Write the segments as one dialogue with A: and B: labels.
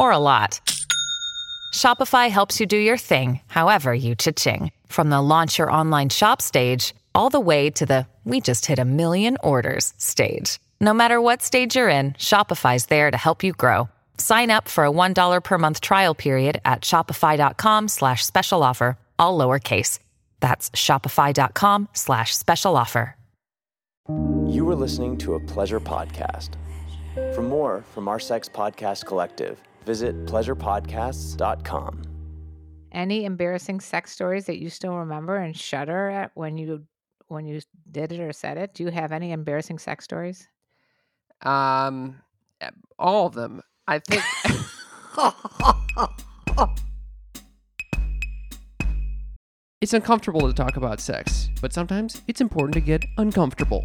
A: or a lot, Shopify helps you do your thing, however you cha-ching. From the launch your online shop stage, all the way to the we just hit a million orders stage. No matter what stage you're in, Shopify's there to help you grow. Sign up for a $1 per month trial period at shopify.com slash special offer, all lowercase. That's shopify.com slash special offer.
B: You are listening to a pleasure podcast. For more from our sex podcast collective, visit pleasurepodcasts.com.
C: any embarrassing sex stories that you still remember and shudder at when you when you did it or said it? Do you have any embarrassing sex stories?
D: Um, uh, all of them. I think. it's uncomfortable to talk about sex, but sometimes it's important to get uncomfortable.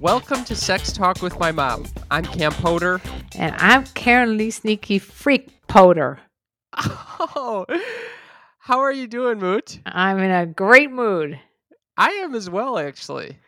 D: Welcome to Sex Talk with My Mom. I'm Cam Potter.
C: And I'm Karen Lee Sneaky Freak Potter.
D: Oh, how are you doing, Moot?
C: I'm in a great mood.
D: I am as well, actually.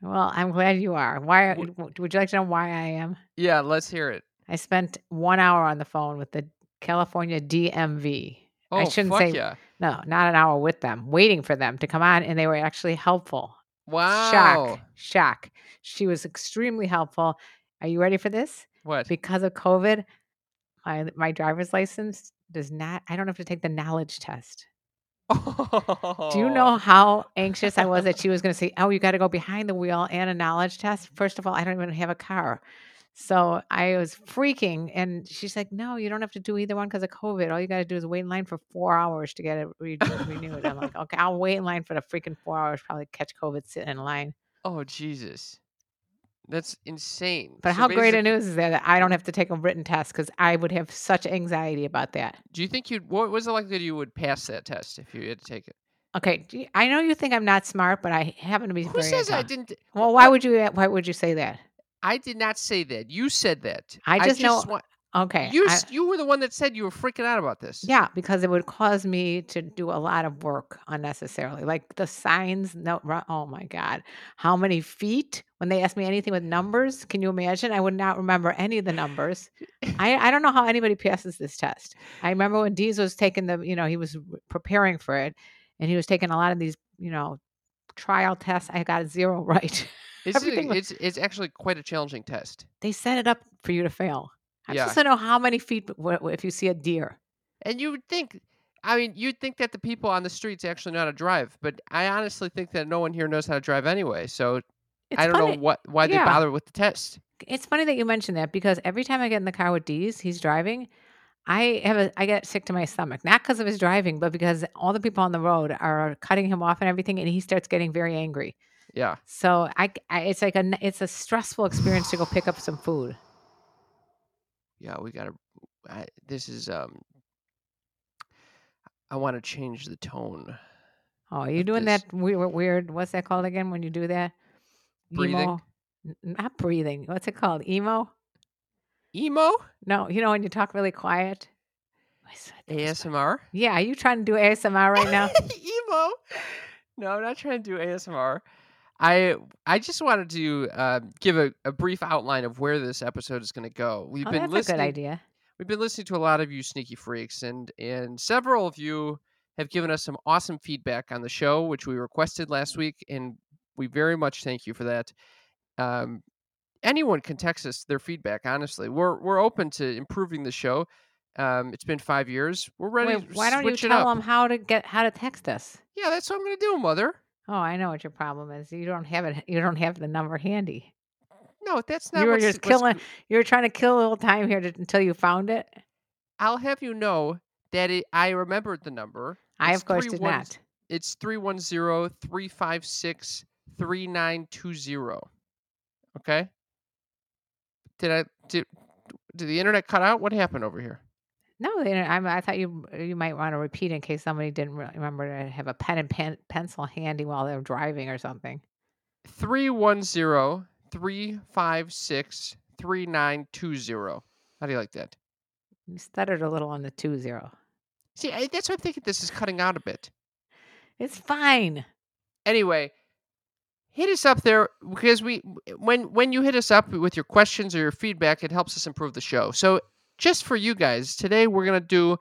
C: Well, I'm glad you are. Why are-
D: W-
C: w- would you like to know why I am?
D: Yeah, let's hear it.
C: I spent 1 hour on the phone with the California DMV.
D: Oh,
C: I shouldn't
D: fuck
C: say
D: yeah.
C: no, not an hour with them, waiting for them to come on and they were actually helpful.
D: Wow. Oh.
C: Shock. Shock. She was extremely helpful. Are you ready for this?
D: What?
C: Because of COVID, my my driver's license does not I don't have to take the knowledge test. Do you
D: Oh.
C: know how anxious I was that she was going to say, "Oh, you got to go behind the wheel and a knowledge test"? First of all, I don't even have a car. So I was freaking, and she's like, "No, you don't have to do either one because of COVID. All you got to do is wait in line for four hours to get it re- renewed." I'm like, "Okay, I'll wait in line for the freaking four hours. Probably catch COVID sitting in line."
D: Oh, Jesus. That's insane.
C: But
D: So
C: how great a
D: basic-
C: news is that that I don't have to take a written test because I would have such anxiety about that.
D: Do you think you'd, what was it like that you would pass that test if you had to take it?
C: Okay, gee, I know you think I'm not smart, but I happen to be.
D: Who
C: very
D: says I
C: intelligent.
D: didn't?
C: Well, why would you? Why would you say that?
D: I did not say that. You said that.
C: I just know-
D: want-
C: Okay,
D: you.
C: I-
D: s you were the one that said you were freaking out about this.
C: yeah, because it would cause me to do a lot of work unnecessarily, like the signs. No, ru- oh my god, how many feet? When they asked me anything with numbers, can you imagine? I would not remember any of the numbers. I, I don't know how anybody passes this test. I remember when Deez was taking the, you know, he was w- preparing for it, and he was taking a lot of these, you know, trial tests. I got a zero right.
D: it's,
C: everything
D: a,
C: was-
D: it's it's actually quite a challenging test.
C: they set it up for you to fail. I'm
D: Yeah.
C: supposed to know how many feet w- w- if you see a deer.
D: And you would think, I mean, you'd think that the people on the streets actually know how to drive, but I honestly think that no one here knows how to drive anyway. So I don't know what why they
C: yeah.
D: bother with the test.
C: It's funny that you mentioned that because every time I get in the car with Deez, he's driving. I have a I get sick to my stomach, not because of his driving, but because all the people on the road are cutting him off and everything, and he starts getting very angry.
D: Yeah.
C: So I, c- I- it's like a n- it's a stressful experience to go pick up some food.
D: yeah, we gotta. I, this is um. I want to change the tone.
C: Oh, are you
D: Of
C: doing
D: this-
C: that weird, weird? What's that called again? When you do that,
D: Breathing?
C: Emo? N- Not breathing. What's it called? Emo?
D: Emo
C: No, you know when you talk really quiet. I swear that was funny.
D: ASMR.
C: Yeah, are you trying to do ASMR right now?
D: emo. No, I'm not trying to do ASMR. I I just wanted to uh, give a, a brief outline of where this episode is going to go. We've
C: oh,
D: been
C: that's a
D: listening.
C: good idea.
D: We've been listening to a lot of you sneaky freaks, and and several of you have given us some awesome feedback on the show, which we requested last week, and we very much thank you for that. Um, anyone can text us their feedback. Honestly, we're we're open to improving the show. Um, it's been five years. We're ready.
C: Wait,
D: to
C: why don't you
D: switch it
C: tell
D: up.
C: them how to get how to text us?
D: Yeah, that's what I'm gonna do, mother.
C: Oh, I know what your problem is. You don't have it. You don't have the number handy.
D: No, that's not.
C: you were
D: what's-
C: just
D: what's-
C: killing. You were trying to kill a little time here to, until you found it.
D: I'll have you know that it, I remembered the number.
C: I
D: It's
C: of course
D: three
C: did
D: one-
C: not.
D: It's 310-356-3920. Okay? Did I did, did the internet cut out? What happened over here?
C: No, they don't- I'm, I thought you you might want to repeat in case somebody didn't re- remember to have a pen and pen, pencil handy while they're driving or something.
D: 310-356-3920. How do you like that?
C: You stuttered a little on the two zero.
D: See, I, that's why I'm thinking this is cutting out a bit.
C: It's fine.
D: anyway hit us up there because we eh, when when you hit us up with your questions or your feedback it helps us improve the show so just for you guys today we're going to do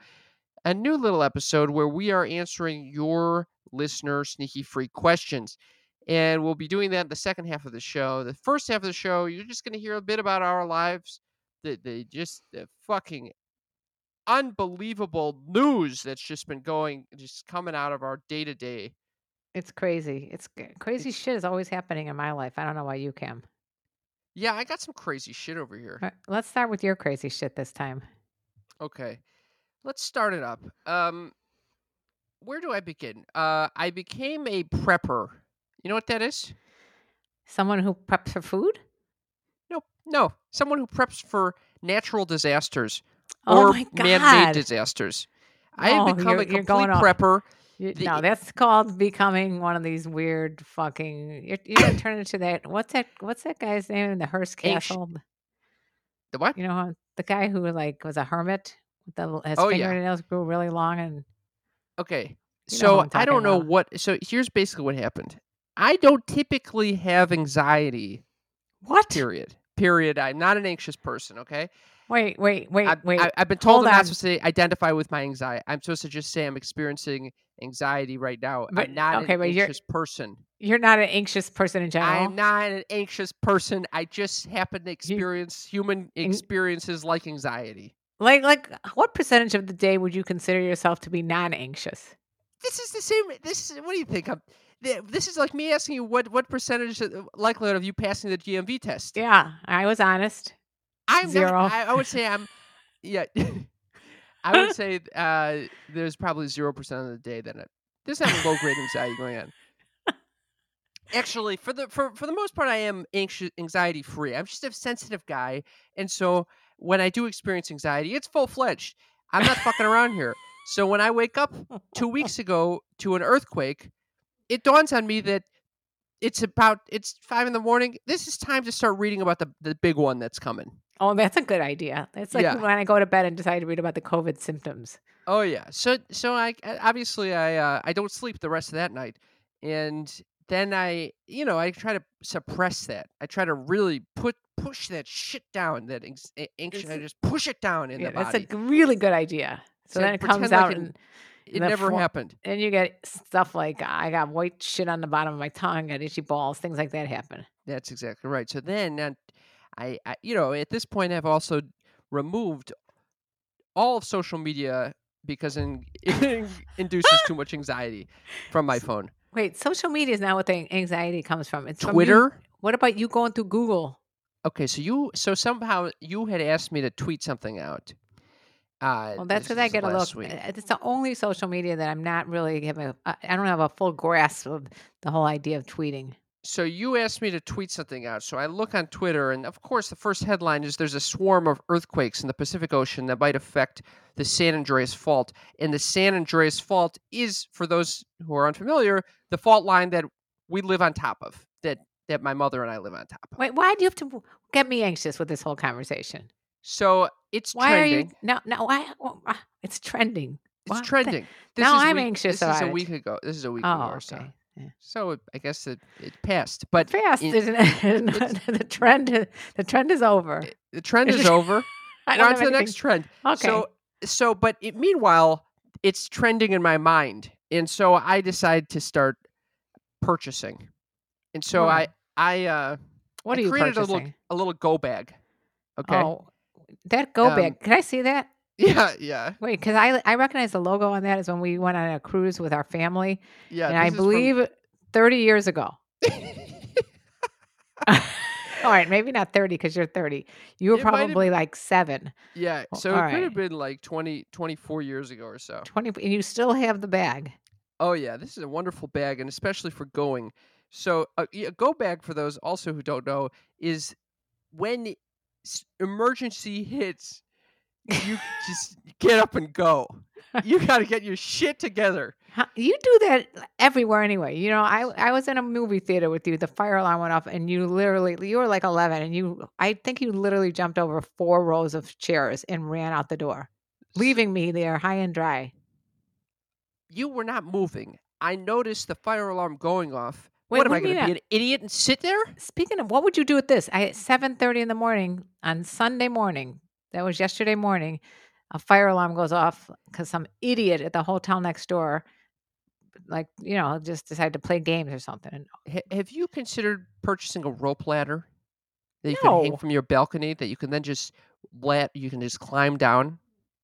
D: a new little episode where we are answering your listener sneaky free questions and we'll be doing that in the second half of the show the first half of the show you're just going to hear a bit about our lives the, the just the fucking unbelievable news that's just been going just coming out of our day to day
C: It's crazy. It's c- crazy shit is always happening in my life. I don't know why you can.
D: Yeah, I got some crazy shit over here.
C: All right, let's start with your crazy shit this time.
D: Okay. Let's start it up. Um where do I begin? Uh I became a prepper. You know what that is?
C: Someone who preps for food.
D: Nope. No. Someone who preps for natural disasters
C: Oh
D: or
C: my god!
D: man-made disasters. I
C: No,
D: have become
C: you're-
D: a
C: you're
D: complete
C: going off.
D: prepper.
C: You-
D: The- e
C: no, that's called becoming one of these weird fucking. You're, you're gonna turn into that. What's that? What's that guy's name in the Hearst
D: Anx-
C: Castle?
D: The what?
C: You know, how- the guy who like was a hermit. with The, his
D: Oh, yeah.
C: fingernails grew really long, and
D: Okay.
C: You know who
D: so
C: I'm
D: I don't
C: talking
D: know
C: about.
D: what so here's basically what happened. I don't typically have anxiety,
C: what?
D: period. Period. I'm not an anxious person, okay?
C: Wait, wait, wait,
D: I,
C: wait.
D: I, have been told
C: hold
D: I'm not
C: on.
D: supposed to identify with my anxiety. I'm supposed to just say I'm experiencing anxiety right now.
C: But-
D: I'm not
C: okay,
D: an
C: but you're-
D: anxious person.
C: you're not an anxious person in general.
D: I'm not an anxious person. I just happen to experience human
C: Ang-
D: experiences like anxiety.
C: Like, like, what percentage of the day would you consider yourself to be non-anxious?
D: This is the same. This is what do you think? I'm, th- this is like me asking you what what percentage of- likelihood of you passing the GMV test.
C: Yeah, I was honest.
D: I'm
C: Zero.
D: Not, I, I would say I'm. Yeah, I would say uh, there's probably zero percent of the day that I, there's not low grade anxiety going on. Actually, for the for for the most part, I am anxious, anxiety free. I'm just a sensitive guy, and so when I do experience anxiety, it's full fledged. I'm not fucking around here. So when I wake up two weeks ago to an earthquake, it dawns on me that it's about it's five in the morning. This is time to start reading about the the big one that's coming.
C: Oh, that's a good idea. It's like
D: Yeah.
C: when I go to bed and decide to read about the COVID symptoms.
D: Oh yeah. So so I I- obviously I uh, I don't sleep the rest of that night, and then I you know I try to suppress that. I try to really put push that shit down. That anx- a- anxious. I just push it down in
C: Yeah,
D: the
C: that's
D: body.
C: a g- really good idea. So
D: So
C: then it
D: pretend
C: comes
D: like
C: out,
D: it-
C: and
D: it
C: the
D: never
C: fo-
D: happened.
C: then you get stuff like I got white shit on the bottom of my tongue, got itchy balls, things like that happen.
D: That's exactly right. So then uh, I, I you know at this point I've also removed all of social media because in, it induces too much anxiety from my phone.
C: Wait, social media is not what the anxiety comes from. It's from you-
D: Twitter.
C: What about you going through Google?
D: Okay, so you so somehow you had asked me to tweet something out. Uh,
C: Well, that's
D: this
C: because I
D: was
C: get a
D: last
C: look. uh,
D: week.
C: It's the only social media that I'm not really having. a- I I don't have a full grasp of the whole idea of tweeting.
D: So you asked me to tweet something out. So I look on Twitter, and of course, the first headline is "There's a swarm of earthquakes in the Pacific Ocean that might affect the San Andreas Fault." And the San Andreas Fault is, for those who are unfamiliar, the fault line that we live on top of. That that my mother and I live on top of.
C: Wait, why do you have to w- get me anxious with this whole conversation?
D: So it's
C: Why
D: trending.
C: are you no no? Why well, ah, it's trending?
D: It's
C: What the-
D: trending. This
C: Now
D: is
C: I'm
D: week-
C: anxious
D: This is
C: about
D: a
C: it.
D: week ago. This is a week ago
C: Oh,
D: or so.
C: okay. Yeah.
D: So it, I guess it, it passed, but
C: Fast,
D: in-
C: isn't it? the trend, the trend is over.
D: the trend is over.
C: I
D: We're
C: don't
D: on
C: have
D: to the
C: anything-
D: next trend.
C: Okay.
D: So, so, but it, meanwhile, it's trending in my mind, and so I decide to start purchasing, and so I, I, uh,
C: what
D: I
C: are you
D: created
C: purchasing?
D: a little, a little go bag. Okay.
C: Oh, that go
D: Um,
C: bag. Can I see that?
D: Yeah, yeah,
C: Wait, because I I recognize the logo on that is when we went on a cruise with our family,
D: yeah.
C: and I
D: this is from-
C: believe thirty years ago. All right, maybe not thirty because you're thirty. You were
D: It might have
C: probably like seven,
D: yeah,
C: Well,
D: so it could
C: alright.
D: have been like 20, 24 years ago or so.
C: 20, and you still have the bag.
D: Oh yeah, this is a wonderful bag, and especially for going. So a a go bag for those also who don't know is when s- emergency hits, you just get up and go. You got to get your shit together.
C: Huh, You do that everywhere anyway. You know, I I was in a movie theater with you. The fire alarm went off, and you literally you were like eleven, and you I think you literally jumped over four rows of chairs and ran out the door, leaving me there high and dry.
D: You were not moving. I noticed the fire alarm going off.
C: Wait,
D: what am
C: what
D: I
C: do you
D: going to
C: mean
D: be an idiot and sit there?
C: Speaking of, what would you do with this? I, at seven thirty in the morning on Sunday morning, that was yesterday morning, a fire alarm goes off because some idiot at the hotel next door, like you know, just decided to play games or something.
D: Ha- have you considered purchasing a rope ladder that you can hang
C: No.
D: from your balcony that you can then just let you can just climb down?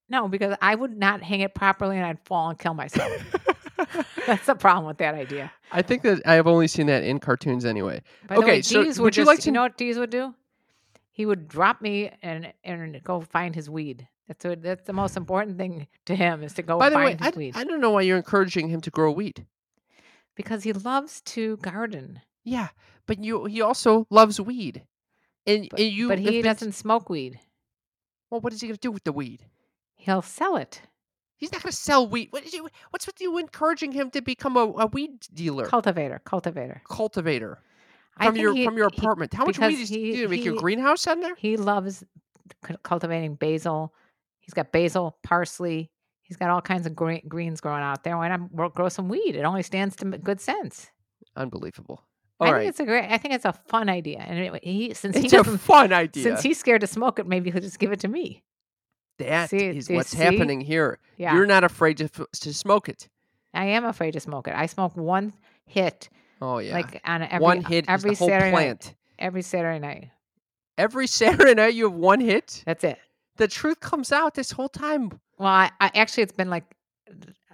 C: No, because I would not hang it properly and I'd fall and kill myself. That's the problem with that idea.
D: I think that I have only seen that in cartoons anyway.
C: By the
D: Okay,
C: way,
D: so
C: Deez would,
D: would you
C: just,
D: like
C: you
D: to-
C: know what Deez would do? He would drop me and and go find his weed. That's what, that's the most important thing to him is to go
D: By the
C: find
D: way,
C: his
D: I,
C: weed
D: I don't know why you're encouraging him to grow wheat.
C: because he loves to garden,
D: Yeah, but you he also loves weed. And,
C: but,
D: and you
C: but
D: if
C: he
D: it's-
C: doesn't smoke weed.
D: Well, what is he going to do with the weed?
C: He'll sell it.
D: He's not going to sell wheat. What is you, what's with you encouraging him to become a, a weed dealer,
C: Cultivator, cultivator.
D: cultivator
C: I
D: from
C: think
D: your
C: he-
D: from your
C: he-
D: apartment? How much weed
C: because
D: is
C: he-
D: you gonna make your
C: he-
D: greenhouse on there?
C: He loves c- cultivating basil. He's got basil, parsley. He's got all kinds of green, greens growing out there. Why not grow- grow some weed? It only stands to m- good sense.
D: Unbelievable. All
C: I
D: right,
C: think it's a great. I think it's a fun idea. And anyway, he since he
D: It's a
C: doesn't,
D: fun idea.
C: since he's scared to smoke it, maybe he'll just give it to me.
D: That
C: See,
D: is
C: do you
D: what's
C: see?
D: happening here.
C: Yeah,
D: You're not afraid to f- to smoke it.
C: I am afraid to smoke it. I smoke one hit,
D: Oh yeah.
C: like on every
D: one hit
C: every
D: is the whole
C: Saturday
D: plant.
C: night. Every Saturday night.
D: Every Saturday night you have one hit.
C: That's it.
D: The truth comes out this whole time.
C: Well, I, I actually it's been like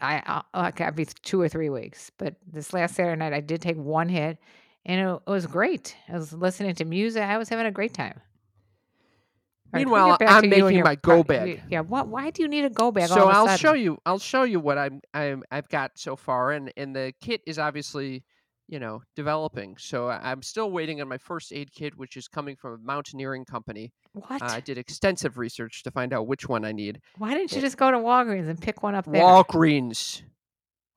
C: I I- like every two or three weeks, but this last Saturday night I did take one hit, and it, it was great. I was listening to music. I was having a great time. All right, can we
D: Meanwhile,
C: get back
D: I'm
C: to you and
D: making
C: your
D: my go
C: pro- you-
D: bag.
C: yeah. What? Why do you need a go bag? all
D: so
C: of a
D: I'll
C: sudden?
D: show you. I'll show you what I'm I'm I've got so far, and and the kit is obviously, you know, developing. So I- I'm still waiting on my first aid kit, which is coming from a mountaineering company.
C: What?
D: Uh, I did extensive research to find out which one I need.
C: why didn't you just go to Walgreens and pick one up there?
D: Walgreens.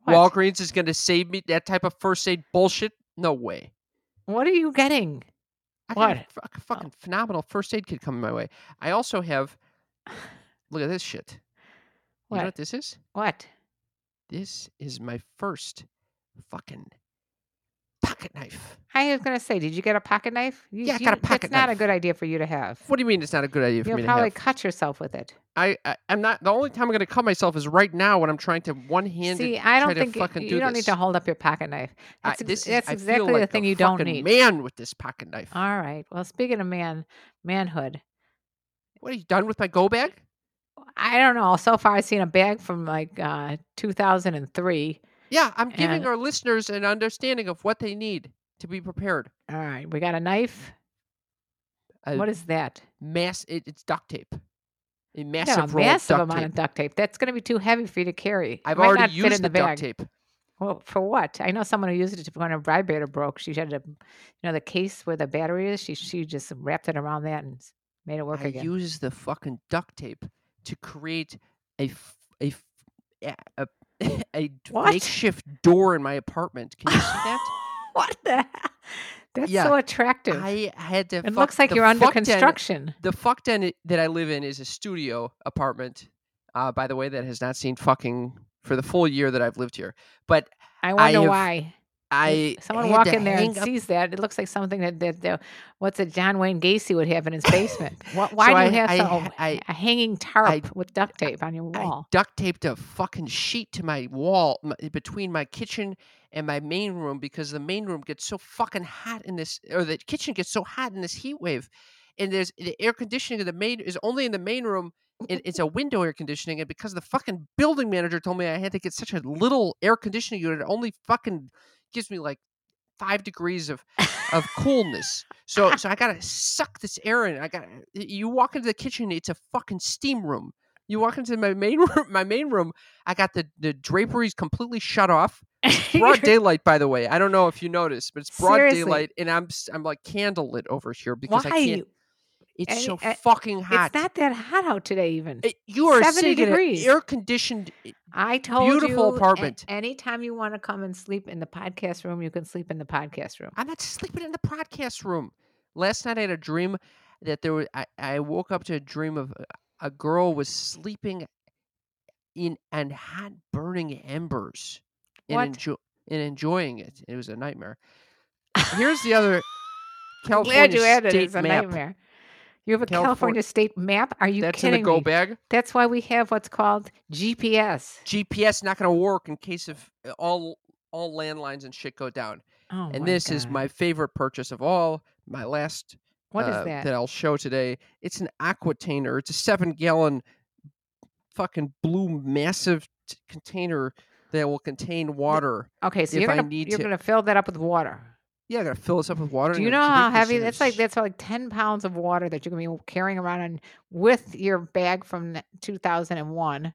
C: What?
D: Walgreens is going to save me that type of first aid bullshit. No way.
C: What are you getting?
D: I got a
C: What? Oh.
D: f- a fucking phenomenal first aid kit coming my way. I also have. Look at this shit. You
C: What?
D: know what this is?
C: What?
D: This is my first fucking pocket knife.
C: I was gonna say, did you get a pocket knife? You,
D: Yeah, I got
C: you-
D: a pocket
C: That's not a
D: knife.
C: good idea for you to have.
D: What do you mean it's not a good idea for
C: You'll
D: me to
C: probably
D: have?
C: cut yourself with it.
D: I, I I'm not. The only time I'm going to cut myself is right now when I'm trying to one handed.
C: See, I don't think
D: fucking
C: you
D: do
C: don't
D: this.
C: need to hold up your pocket knife.
D: I-
C: That's, ex-
D: this is-
C: that's
D: I feel
C: exactly the
D: like
C: thing
D: a
C: you don't
D: fucking
C: need.
D: Man with this pocket knife.
C: All right. Well, speaking of man, manhood,
D: What are you done with my go bag?
C: I don't know. So far, I've seen a bag from like uh, 2003.
D: Yeah, I'm giving
C: And-
D: our listeners an understanding of what they need to be prepared.
C: All right, we got a knife.
D: A
C: what is that?
D: mass? It, it's duct tape. A
C: You
D: massive,
C: got a
D: roll of
C: massive
D: duct
C: amount
D: tape.
C: of duct tape. That's going to be too heavy for you to carry. It
D: I've
C: might
D: already
C: not fit
D: used
C: in the, bag.
D: duct tape.
C: Well, for what? I know someone who used it to when her vibrator broke. She had to, you know, the case where the battery is. She she just wrapped it around that and s- made it work
D: I
C: again.
D: use the fucking duct tape to create a f- a f- a, a, a d-
C: What?
D: makeshift door in my apartment. Can you see that?
C: what the? hell? That's
D: Yeah,
C: so attractive.
D: I had to.
C: it
D: fuck-
C: looks like
D: the
C: you're under
D: fuck den-
C: construction.
D: The fuck den i- that I live in is a studio apartment. Uh, by the way, that has not seen fucking for the full year that I've lived here. But
C: I wonder
D: have-
C: why.
D: I
C: someone
D: had
C: walk
D: to
C: in there and
D: hang up-
C: sees that. It looks like something that, that, that what's it? John Wayne Gacy would have in his basement. What, why
D: So
C: do
D: I-
C: you have
D: I
C: some-
D: ha- I-
C: a hanging tarp with duct tape on your
D: I
C: wall?
D: duct taped a fucking sheet to my wall m between my kitchen and my main room because the main room gets so fucking hot in this, or the kitchen gets so hot in this heat wave, and there's the air conditioning of the main is only in the main room it, it's a window air conditioning, and because the fucking building manager told me I had to get such a little air conditioning unit, it only fucking gives me like five degrees of of coolness. So so I gotta suck this air in. I gotta. You walk into the kitchen, it's a fucking steam room. You walk into my main room, my main room. I got the the draperies completely shut off. Broad daylight, by the way. I don't know if you noticed, but it's broad
C: Seriously.
D: daylight, and I'm s- I'm like candlelit over here because
C: Why?
D: I can't. It's
C: Any-
D: so
C: uh,
D: fucking hot.
C: It's not that hot out today, even.
D: It- you are
C: 70
D: sitting in an
C: degrees.
D: air conditioned.
C: I told
D: beautiful
C: you, a-
D: apartment.
C: anytime you want to come and sleep in the podcast room, you can sleep in the podcast room.
D: I'm not sleeping in the podcast room. Last night I had a dream that there was. I, I woke up to a dream of a- a girl was sleeping in and hot burning embers
C: What?
D: and enjo- and enjoying it. It was a nightmare. Here's the other California
C: Glad you added
D: state
C: it. It's a
D: map.
C: nightmare. You have a
D: Californ-
C: California, state map? Are you
D: That's in
C: kidding
D: a go
C: me?
D: bag.
C: That's why we have what's called GPS.
D: GPS not going to work in case of uh, all all landlines and shit go down.
C: Oh,
D: and this is
C: God.
D: my favorite purchase of all. My last
C: What is
D: uh,
C: that?
D: I'll show today. It's an aquatainer. It's a seven gallon fucking blue massive t- container that will contain water.
C: Okay, so
D: if
C: you're
D: I
C: gonna
D: need
C: you're
D: to-
C: gonna fill that up with water.
D: Yeah, I gotta fill this up with water.
C: Do
D: and
C: you
D: then
C: know how
D: drink this
C: heavy
D: in
C: that's like?
D: s-
C: That's like ten pounds of water that you're gonna be carrying around on, with your bag from the 2001,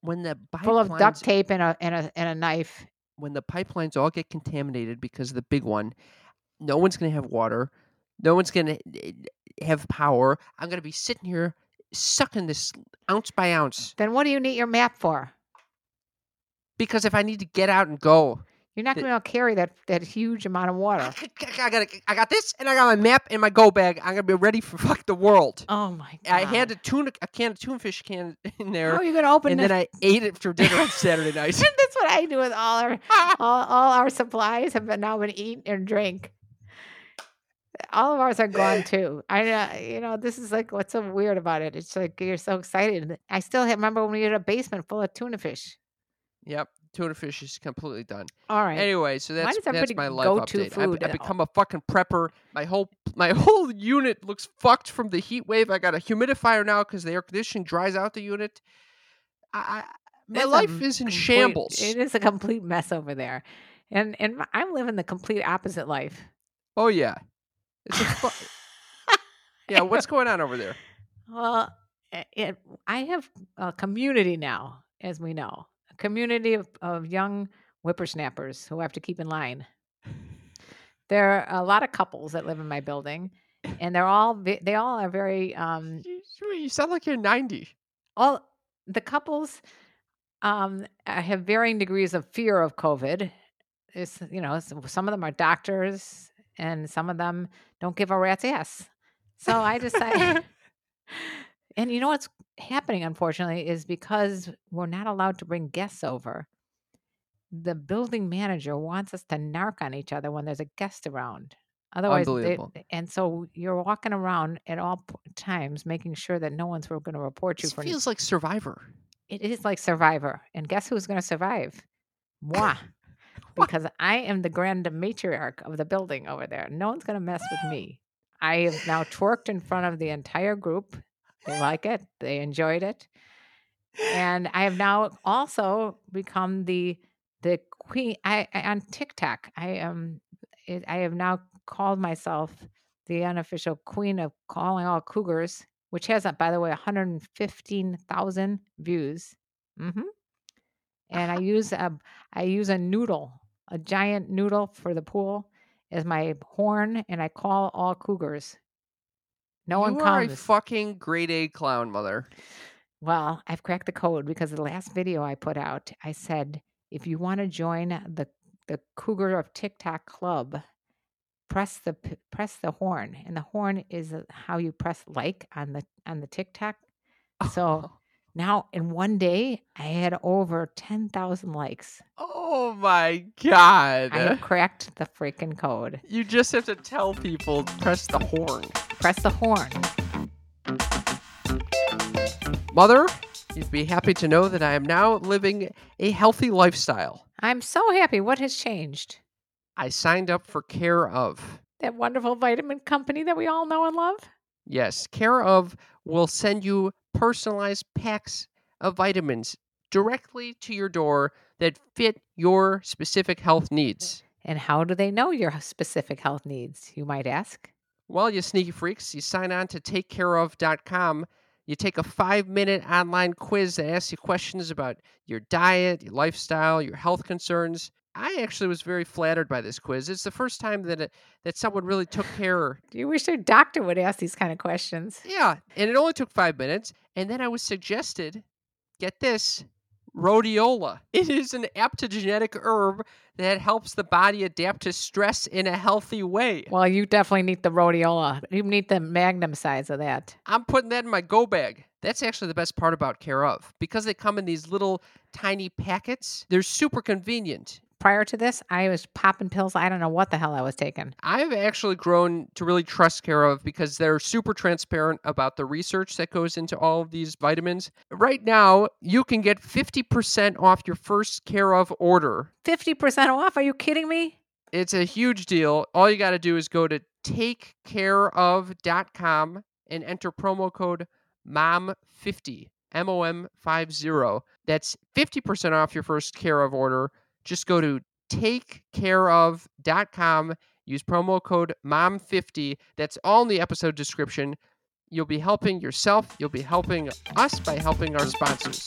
D: when the
C: full of
D: pipelines-
C: duct tape and a and a and a knife.
D: when the pipelines all get contaminated because of the big one, no one's going to have water. No one's going to have power. I'm going to be sitting here sucking this ounce by ounce
C: Then what do you need your map for?
D: because if I need to get out and go,
C: You're not
D: The-
C: gonna be able to carry that that huge amount of
D: I,
C: water.
D: I, got I got this and I got my map and my go bag. I'm going to be ready for fuck the world.
C: Oh my god!
D: I had a tuna, a can of tuna can in
C: How
D: there,
C: are you gonna open
D: and
C: this?
D: then I ate it for dinner on Saturday night.
C: That's what I do with all our all, all our supplies have been, now been eat and drink. All of ours are gone too. I know, you know, this is like what's so weird about it. It's like you're so excited. I still ha- remember when we had a basement full of tuna fish.
D: yep, tuna fish is completely done.
C: All right.
D: Anyway, so that's
C: does
D: that's
C: everybody
D: my life
C: go-to
D: update. I've-
C: food
D: I've,
C: at all?
D: become a fucking prepper. My whole my whole unit looks fucked from the heat wave. I got a humidifier now because the air conditioning dries out the unit. I, I my
C: That's a
D: life
C: m-
D: is in
C: complete-
D: shambles.
C: It is a complete mess over there, and and my- I'm living the complete opposite life.
D: oh yeah, it's a fu- yeah. What's going on over there?
C: Well, i- Uh, it, I have a community now, as we know, a community of, of young whippersnappers who have to keep in line. There are a lot of couples that live in my building, and they're all ve- they all are very um
D: You, you sound like you're ninety.
C: all the couples um uh, have varying degrees of fear of COVID. It's you know s- some of them are doctors, and some of them don't give a rat's ass. So I decided. And you know what's happening, unfortunately, is because we're not allowed to bring guests over. The building manager wants us to narc on each other when there's a guest around. Otherwise, they-
D: Unbelievable.
C: and so you're walking around at all p- times, making sure that no one's going to report you
D: This
C: for.
D: feels like Survivor.
C: it is like Survivor, and guess who's going to survive? Moi, because I am the grand matriarch of the building over there. No one's going to mess with me. I have now twerked in front of the entire group. They like it. They enjoyed it. And I have now also become the the queen. I, I on TikTok. I am. it- I have now called myself the unofficial queen of calling all cougars, which has, uh, by the way, 115,000 views. hmm And I use a I use a noodle, a giant noodle for the pool, as my horn, and I call all cougars. No one
D: you are
C: comes.
D: a fucking grade A clown, mother.
C: Well, I've cracked the code because the last video I put out, I said, if you want to join the the Cougar of TikTok club, press the p- press the horn, and the horn is uh, how you press like on the on the TikTok. So now, in one day, I had over ten thousand likes.
D: oh my god.
C: I have cracked the freaking code.
D: You just have to tell people press the horn.
C: Press the horn.
D: Mother, you'd be happy to know that I am now living a healthy lifestyle.
C: I'm so happy. What has changed?
D: I signed up for Care of.
C: That wonderful vitamin company that we all know and love.
D: Yes, Care of will send you personalized packs of vitamins directly to your door that fit your specific health needs.
C: And how do they know your specific health needs, you might ask?
D: Well, you sneaky freaks, you sign on to takecareof.com. You take a five minute online quiz that asks you questions about your diet, your lifestyle, your health concerns. I actually was very flattered by this quiz. It's the first time that it, that someone really took care.
C: Do you wish your doctor would ask these kind of questions?
D: Yeah, and it only took five minutes. And then I was suggested, get this, rhodiola. It is an aptogenetic herb that helps the body adapt to stress in a healthy way.
C: Well, you definitely need the rhodiola. You need the magnum size of that.
D: I'm putting that in my go bag. That's actually the best part about Care of because they come in these little tiny packets. They're super convenient.
C: Prior to this, I was popping pills. I don't know what the hell I was taking.
D: I've actually grown to really trust Care of because they're super transparent about the research that goes into all of these vitamins. Right now, you can get 50% off your first Care of order.
C: 50% off? Are you kidding me?
D: It's a huge deal. All you got to do is go to takecareof.com and enter promo code MOM50, M O M 50. That's 50% off your first Care of order. Just go to takecareof.com, use promo code MOM50. That's all in the episode description. You'll be helping yourself, you'll be helping us by helping our sponsors.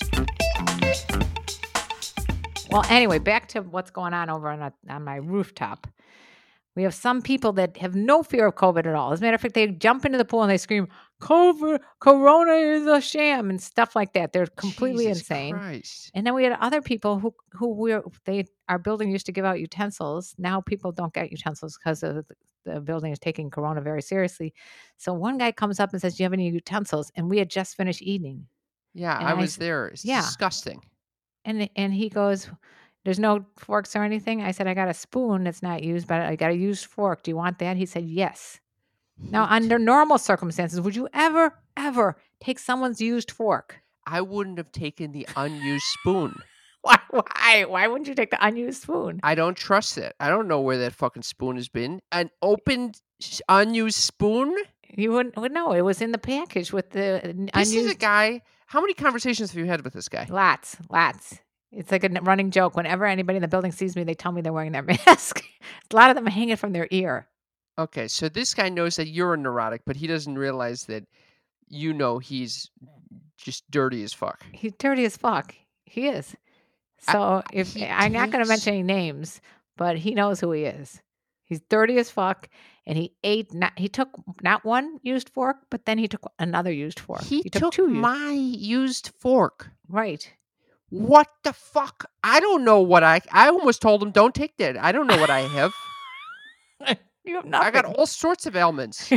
C: Well, anyway, back to what's going on over on, a, on my rooftop. We have some people that have no fear of COVID at all. As a matter of fact, they jump into the pool and they scream, COVID, Corona is a sham and stuff like that. They're completely
D: Jesus
C: insane.
D: Christ.
C: And then we had other people who who were they our building used to give out utensils. Now people don't get utensils because of the- the building is taking Corona very seriously. So one guy comes up and says, "Do you have any utensils?" And we had just finished eating,
D: Yeah,
C: And
D: I
C: I
D: was
C: s-
D: there. It's
C: yeah.
D: disgusting.
C: and and he goes, "There's no forks or anything." I said, "I got a spoon that's not used, but I got a used fork. Do you want that?" He said, "Yes." Now,
D: Heat.
C: under normal circumstances, would you ever ever take someone's used fork?
D: I wouldn't have taken the unused spoon.
C: Why? Why? Why wouldn't you take the unused spoon?
D: I don't trust that. I don't know where that fucking spoon has been. An open, s- unused spoon?
C: You wouldn't would know. It was in the package with the n-
D: This
C: unused
D: is a guy. How many conversations have you had with this guy?
C: lots, lots. It's like a n- running joke. Whenever anybody in the building sees me, they tell me they're wearing their mask. a lot of them hang it from their ear.
D: Okay, so this guy knows that you're a neurotic, but he doesn't realize that you know he's just dirty as fuck.
C: He's dirty as fuck. He is.
D: I-
C: So if
D: he
C: I'm not going to
D: takes-
C: mention any names, but he knows who he is. He's dirty as fuck, and he ate. Not he took not one used fork, but then he took another used fork.
D: He, took,
C: two used-
D: my used fork.
C: right.
D: What the fuck? I don't know what I. I almost told him, "Don't take that." I don't know what I have.
C: You have nothing.
D: I got all sorts of ailments.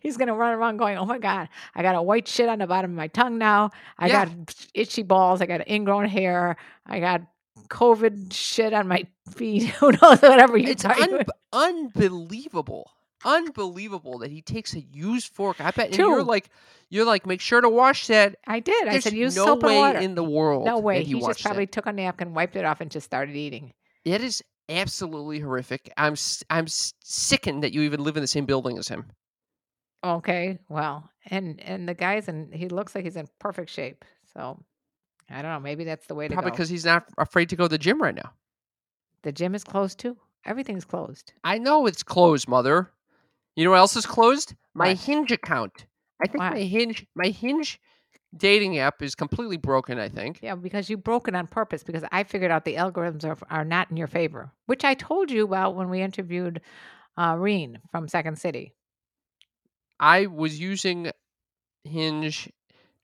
C: He's gonna run around going, "Oh my god, I got a white shit on the bottom of my tongue now. I
D: Yeah.
C: got itchy balls. I got ingrown hair. I got COVID shit on my feet. Who knows? Whatever you
D: It's
C: tell you.
D: unb unbelievable. Unbelievable that he takes a used fork. I bet and
C: Two.
D: you're like you're like make sure to wash that.
C: I did. I
D: There's
C: said, "Use
D: no
C: soap
D: way
C: and water."
D: in the world.
C: no way.
D: That he
C: He just
D: watched
C: probably
D: that.
C: took a napkin, wiped it off, and just started eating.
D: That is absolutely horrific. I'm s- I'm s- sickened that you even live in the same building as him.
C: Okay, well, and and the guy's in. He looks like he's in perfect shape. So I don't know. Maybe that's the way to
D: Probably
C: go.
D: because he's not afraid to go to the gym right now.
C: the gym is closed too. Everything's closed.
D: I know it's closed, mother. You know what else is closed? My
C: What?
D: Hinge account. I think
C: Why?
D: my Hinge my Hinge dating app is completely broken. I think.
C: Yeah, because you broke it on purpose because I figured out the algorithms are, are not in your favor, which I told you about when we interviewed uh, Reen from Second City.
D: I was using Hinge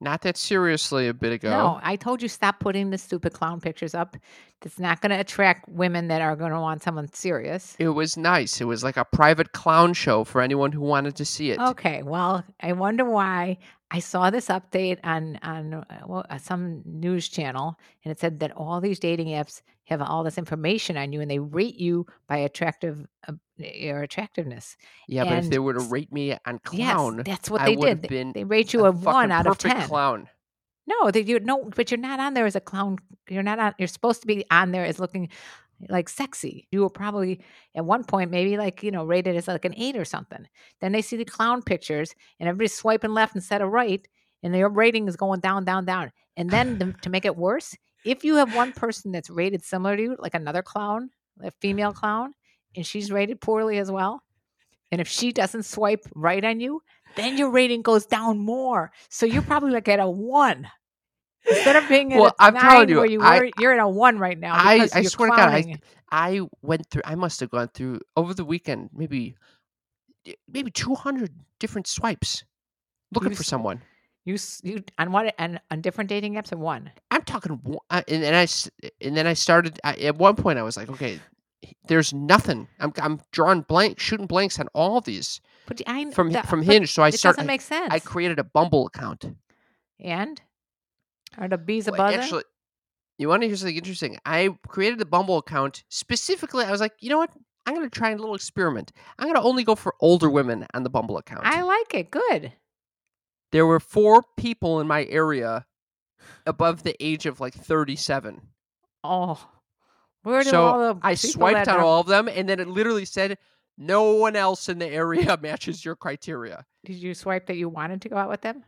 D: not that seriously a bit ago.
C: No, I told you stop putting the stupid clown pictures up. It's not going to attract women that are going to want someone serious.
D: It was nice. It was like a private clown show for anyone who wanted to see it.
C: Okay, well, I wonder why I saw this update on on uh, well, uh, some news channel, and it said that all these dating apps have all this information on you, and they rate you by attractive uh, your attractiveness.
D: Yeah, but if
C: and
D: they were to
C: s-
D: rate me on clown,
C: Yes, that's what
D: I
C: they
D: would have
C: did. They-
D: been
C: they rate you
D: a
C: a one
D: fucking
C: out of
D: perfect
C: ten.
D: clown.
C: No, that you no, but you're not on there as a clown. You're not on. You're supposed to be on there as looking like sexy. You were probably at one point maybe like you know rated as like an eight or something. Then they see the clown pictures and everybody's swiping left instead of right, and their rating is going down, down, down. And then to, to make it worse, if you have one person that's rated similar to you, like another clown, a
D: Mm-hmm.
C: female clown, and she's rated poorly as well, and if she doesn't swipe right on you, then your rating goes down more. So you're probably like at a one. Instead of being at
D: Well,
C: a
D: I'm telling
C: 9
D: you,
C: where you were,
D: I-
C: you're at a one right now.
D: I-
C: because
D: I
C: you're
D: swear to God, I-
C: clowning.
D: I went through. I must have gone through over the weekend, maybe, y- maybe two hundred different swipes, looking
C: You
D: for
C: s-
D: someone.
C: you s- you on what and on different dating apps at one.
D: I'm talking, wo- I- and, and I s- and then I started. I, at one point, I was like, okay, h- there's nothing. I'm I'm drawing blank, shooting blanks on all these
C: But I kn-
D: from
C: the-
D: from
C: but
D: Hinge. So I
C: it
D: started.
C: doesn't make sense.
D: I created a Bumble account.
C: and are the bees
D: Well,
C: above
D: Actually, you want to hear something interesting? I created the Bumble account specifically. I was like, you know what? I'm going to try a little experiment. I'm going to only go for older women on the Bumble account.
C: I like it. Good.
D: there were four people in my area above the age of like 37.
C: Oh, where do
D: so
C: all the
D: I
C: people
D: swiped
C: that
D: on
C: are-
D: all of them, and then it literally said, no one else in the area matches your criteria.
C: Did you swipe that you wanted to go out with them,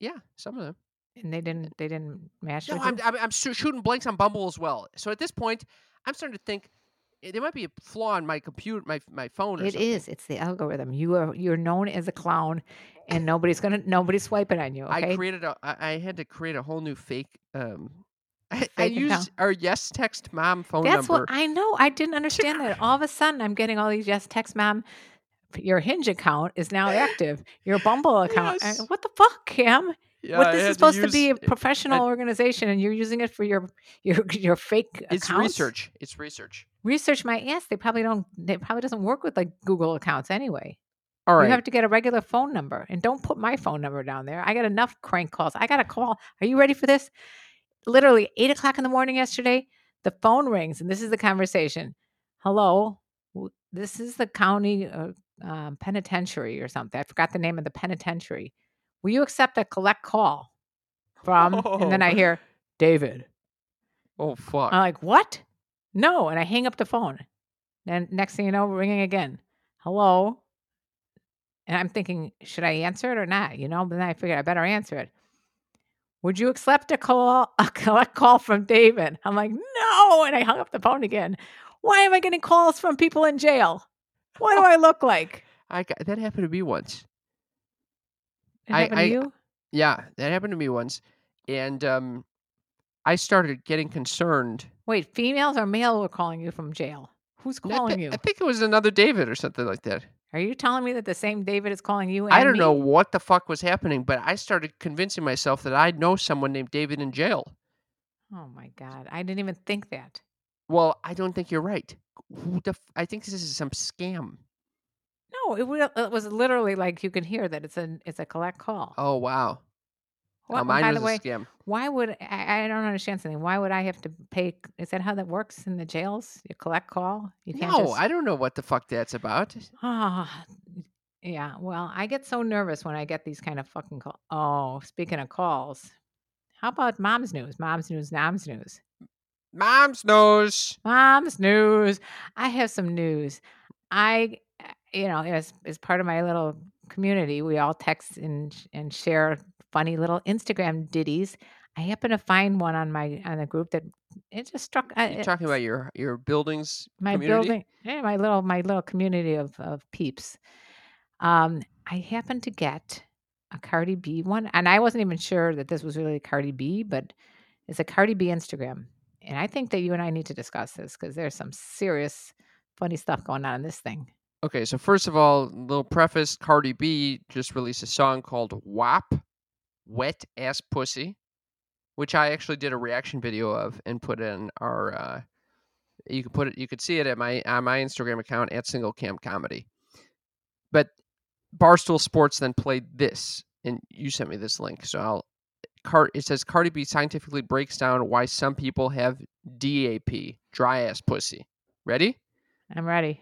D: Yeah, some of them.
C: and they didn't? They didn't match.
D: No,
C: with
D: I'm,
C: you?
D: I'm, I'm shoo- shooting blanks on Bumble as well. So at this point, I'm starting to think eh, there might be a flaw in my computer, my my phone. Or
C: It
D: something.
C: is. It's the algorithm. You are. You're known as a clown, and nobody's gonna. Nobody's swiping on you. Okay.
D: I created a. I I had to create a whole new fake. Um, I, I
C: Fake account.
D: used our yes text mom phone
C: That's
D: number.
C: what I know. I didn't understand that. All of a sudden, I'm getting all these yes text, ma'am. Your Hinge account is now active. Your Bumble account. I-
D: Yes.
C: what the fuck, Cam?
D: Yeah, I
C: what this
D: had
C: is supposed to,
D: use-
C: be a
D: it-
C: professional organization, and you're using it for your your your fake
D: It's
C: accounts?
D: research. It's research.
C: Research my ass. They probably don't. It probably doesn't work with like Google accounts anyway.
D: All right.
C: You have to get a regular phone number and don't put my phone number down there. I got enough crank calls. I got a call. Are you ready for this? Literally eight o'clock in the morning yesterday, the phone rings and this is the conversation. Hello, w- this is the county uh, um, penitentiary or something. I forgot the name of the penitentiary. Will you accept a collect call from? And then I
D: Oh.
C: hear David.
D: oh fuck.
C: I'm like, what? No. And I hang up the phone. And next thing you know, ringing again. Hello. And I'm thinking, should I answer it or not? You know, but then I figured I better answer it. Would you accept a call, a collect call from David? I'm like, no. And I hung up the phone again. Why am I getting calls from people in jail? What
D: Oh.
C: do I look like?
D: I got, that happened to me once.
C: It
D: I-
C: happened
D: I-
C: to you?
D: Yeah, that happened to me once, and um, I started getting concerned.
C: Wait, females or male were calling you from jail? Who's
D: And I
C: calling
D: thi-
C: you?
D: I think it was another David or something like that.
C: Are you telling me that the same David is calling you?
D: I
C: and
D: don't
C: me?
D: know what the fuck was happening, but I started convincing myself that I know someone named David in jail.
C: Oh my God. I didn't even think that.
D: Well, I don't think you're right. Who the f- I think this is some scam.
C: No, it, wa- it was literally like you can hear that it's an it's a collect call.
D: Oh wow.
C: Wha-
D: oh, mine
C: by
D: was
C: the way,
D: a scam.
C: why would I, I don't understand something? Why would I have to pay? Is that how that works in the jails? You collect call. You can't.
D: No,
C: just,
D: I don't know what the fuck that's about.
C: Ah, yeah. Well, I get so nervous when I get these kind of fucking call. Oh, speaking of calls, how about mom's news? Mom's news. Mom's news.
D: Mom's nose.
C: Mom's news. I have some news. I, uh, you know, as as part of my little community, we all text and sh- and share funny little Instagram ditties. I happen to find one on my on the group that it just struck. I-
D: You're
C: it-
D: talking about your your buildings.
C: my
D: community?
C: building, yeah, my little my little community of of peeps. Um, I happened to get a Cardi B one, and I wasn't even sure that this was really a Cardi B, but it's a Cardi B Instagram, and I think that you and I need to discuss this because there's some serious funny stuff going on in this thing.
D: Okay, so first of all, little preface: Cardi B just released a song called "WAP," "Wet Ass Pussy," which I actually did a reaction video of and put in our. Uh, you could put it. You could see it at my on my Instagram account at Single Cam Comedy. But Barstool Sports then played this, and you sent me this link, so I'll. Car, it says Cardi B scientifically breaks down why some people have DAP, dry ass pussy. Ready?
C: I'm ready.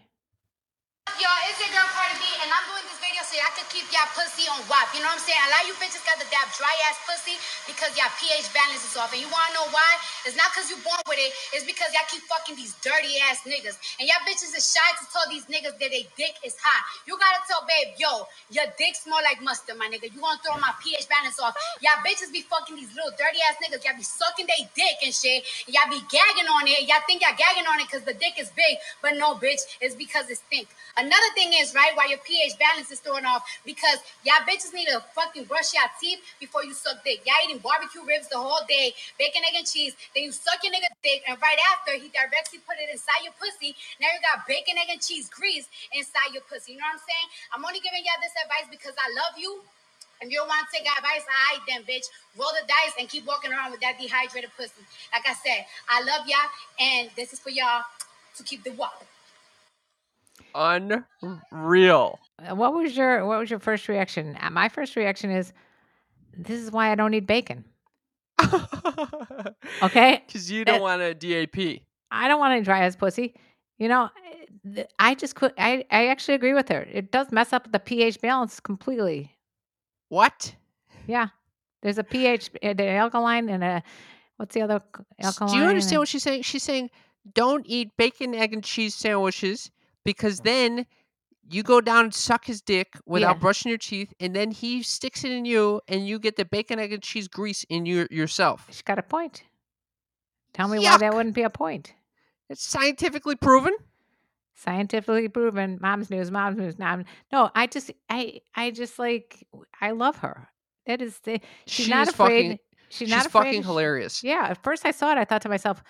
E: Y'all, it's your girl Cardi B, and I'm doing this video so y'all can keep y'all pussy on WAP. up. You know what I'm saying? A lot of you bitches got the dab dry ass pussy because y'all pH balance is off. And you wanna know why? It's not because you born with it. It's because y'all keep fucking these dirty ass niggas. And y'all bitches is shy to tell these niggas that they dick is hot. You gotta tell babe, yo, your dick smell like mustard, my nigga. You wanna throw my pH balance off? Y'all bitches be fucking these little dirty ass niggas. Y'all be sucking they dick and shit. And y'all be gagging on it. Y'all think y'all gagging on it because the dick is big, but no, bitch, it's because it's thick. Another thing is, right, why your pH balance is thrown off because y'all bitches need to fucking brush y'all teeth before you suck dick. Y'all eating barbecue ribs the whole day, bacon, egg, and cheese. Then you suck your nigga dick, and right after, he directly put it inside your pussy. Now you got bacon, egg, and cheese grease inside your pussy. You know what I'm saying? I'm only giving y'all this advice because I love you. If you don't want to take advice, all right then, bitch. Roll the dice and keep walking around with that dehydrated pussy. Like I said, I love y'all, and this is for y'all to keep the walk.
D: Unreal.
C: Uh, What was your What was your first reaction? Uh, My first reaction is, this is why I don't eat bacon. Okay,
D: Because you don't
C: Uh,
D: want a DAP.
C: I don't want any dry ass pussy. You know, I- th- I just could. I I actually agree with her. It does mess up the pH balance completely.
D: What?
C: Yeah, there's a pH, uh, the alkaline, and a what's the other c-
D: S-
C: alkaline?
D: Do you understand
C: and
D: what she's saying? She's saying don't eat bacon, egg, and cheese sandwiches because then you go down and suck his dick without
C: Yeah.
D: brushing your teeth, and then he sticks it in you, and you get the bacon, egg, and cheese grease in your yourself.
C: a- She's got a point. Tell me why that
D: Yuck.
C: wouldn't be a point.
D: It's scientifically proven.
C: Scientifically proven. Mom's news. Mom's news. Mom. No, I just, I, I just like, I love her. That is the. She's
D: she
C: not
D: is
C: afraid.
D: fucking.
C: she's
D: She's,
C: not afraid.
D: fucking
C: she-
D: hilarious.
C: Yeah. At first, I saw it. I thought to myself,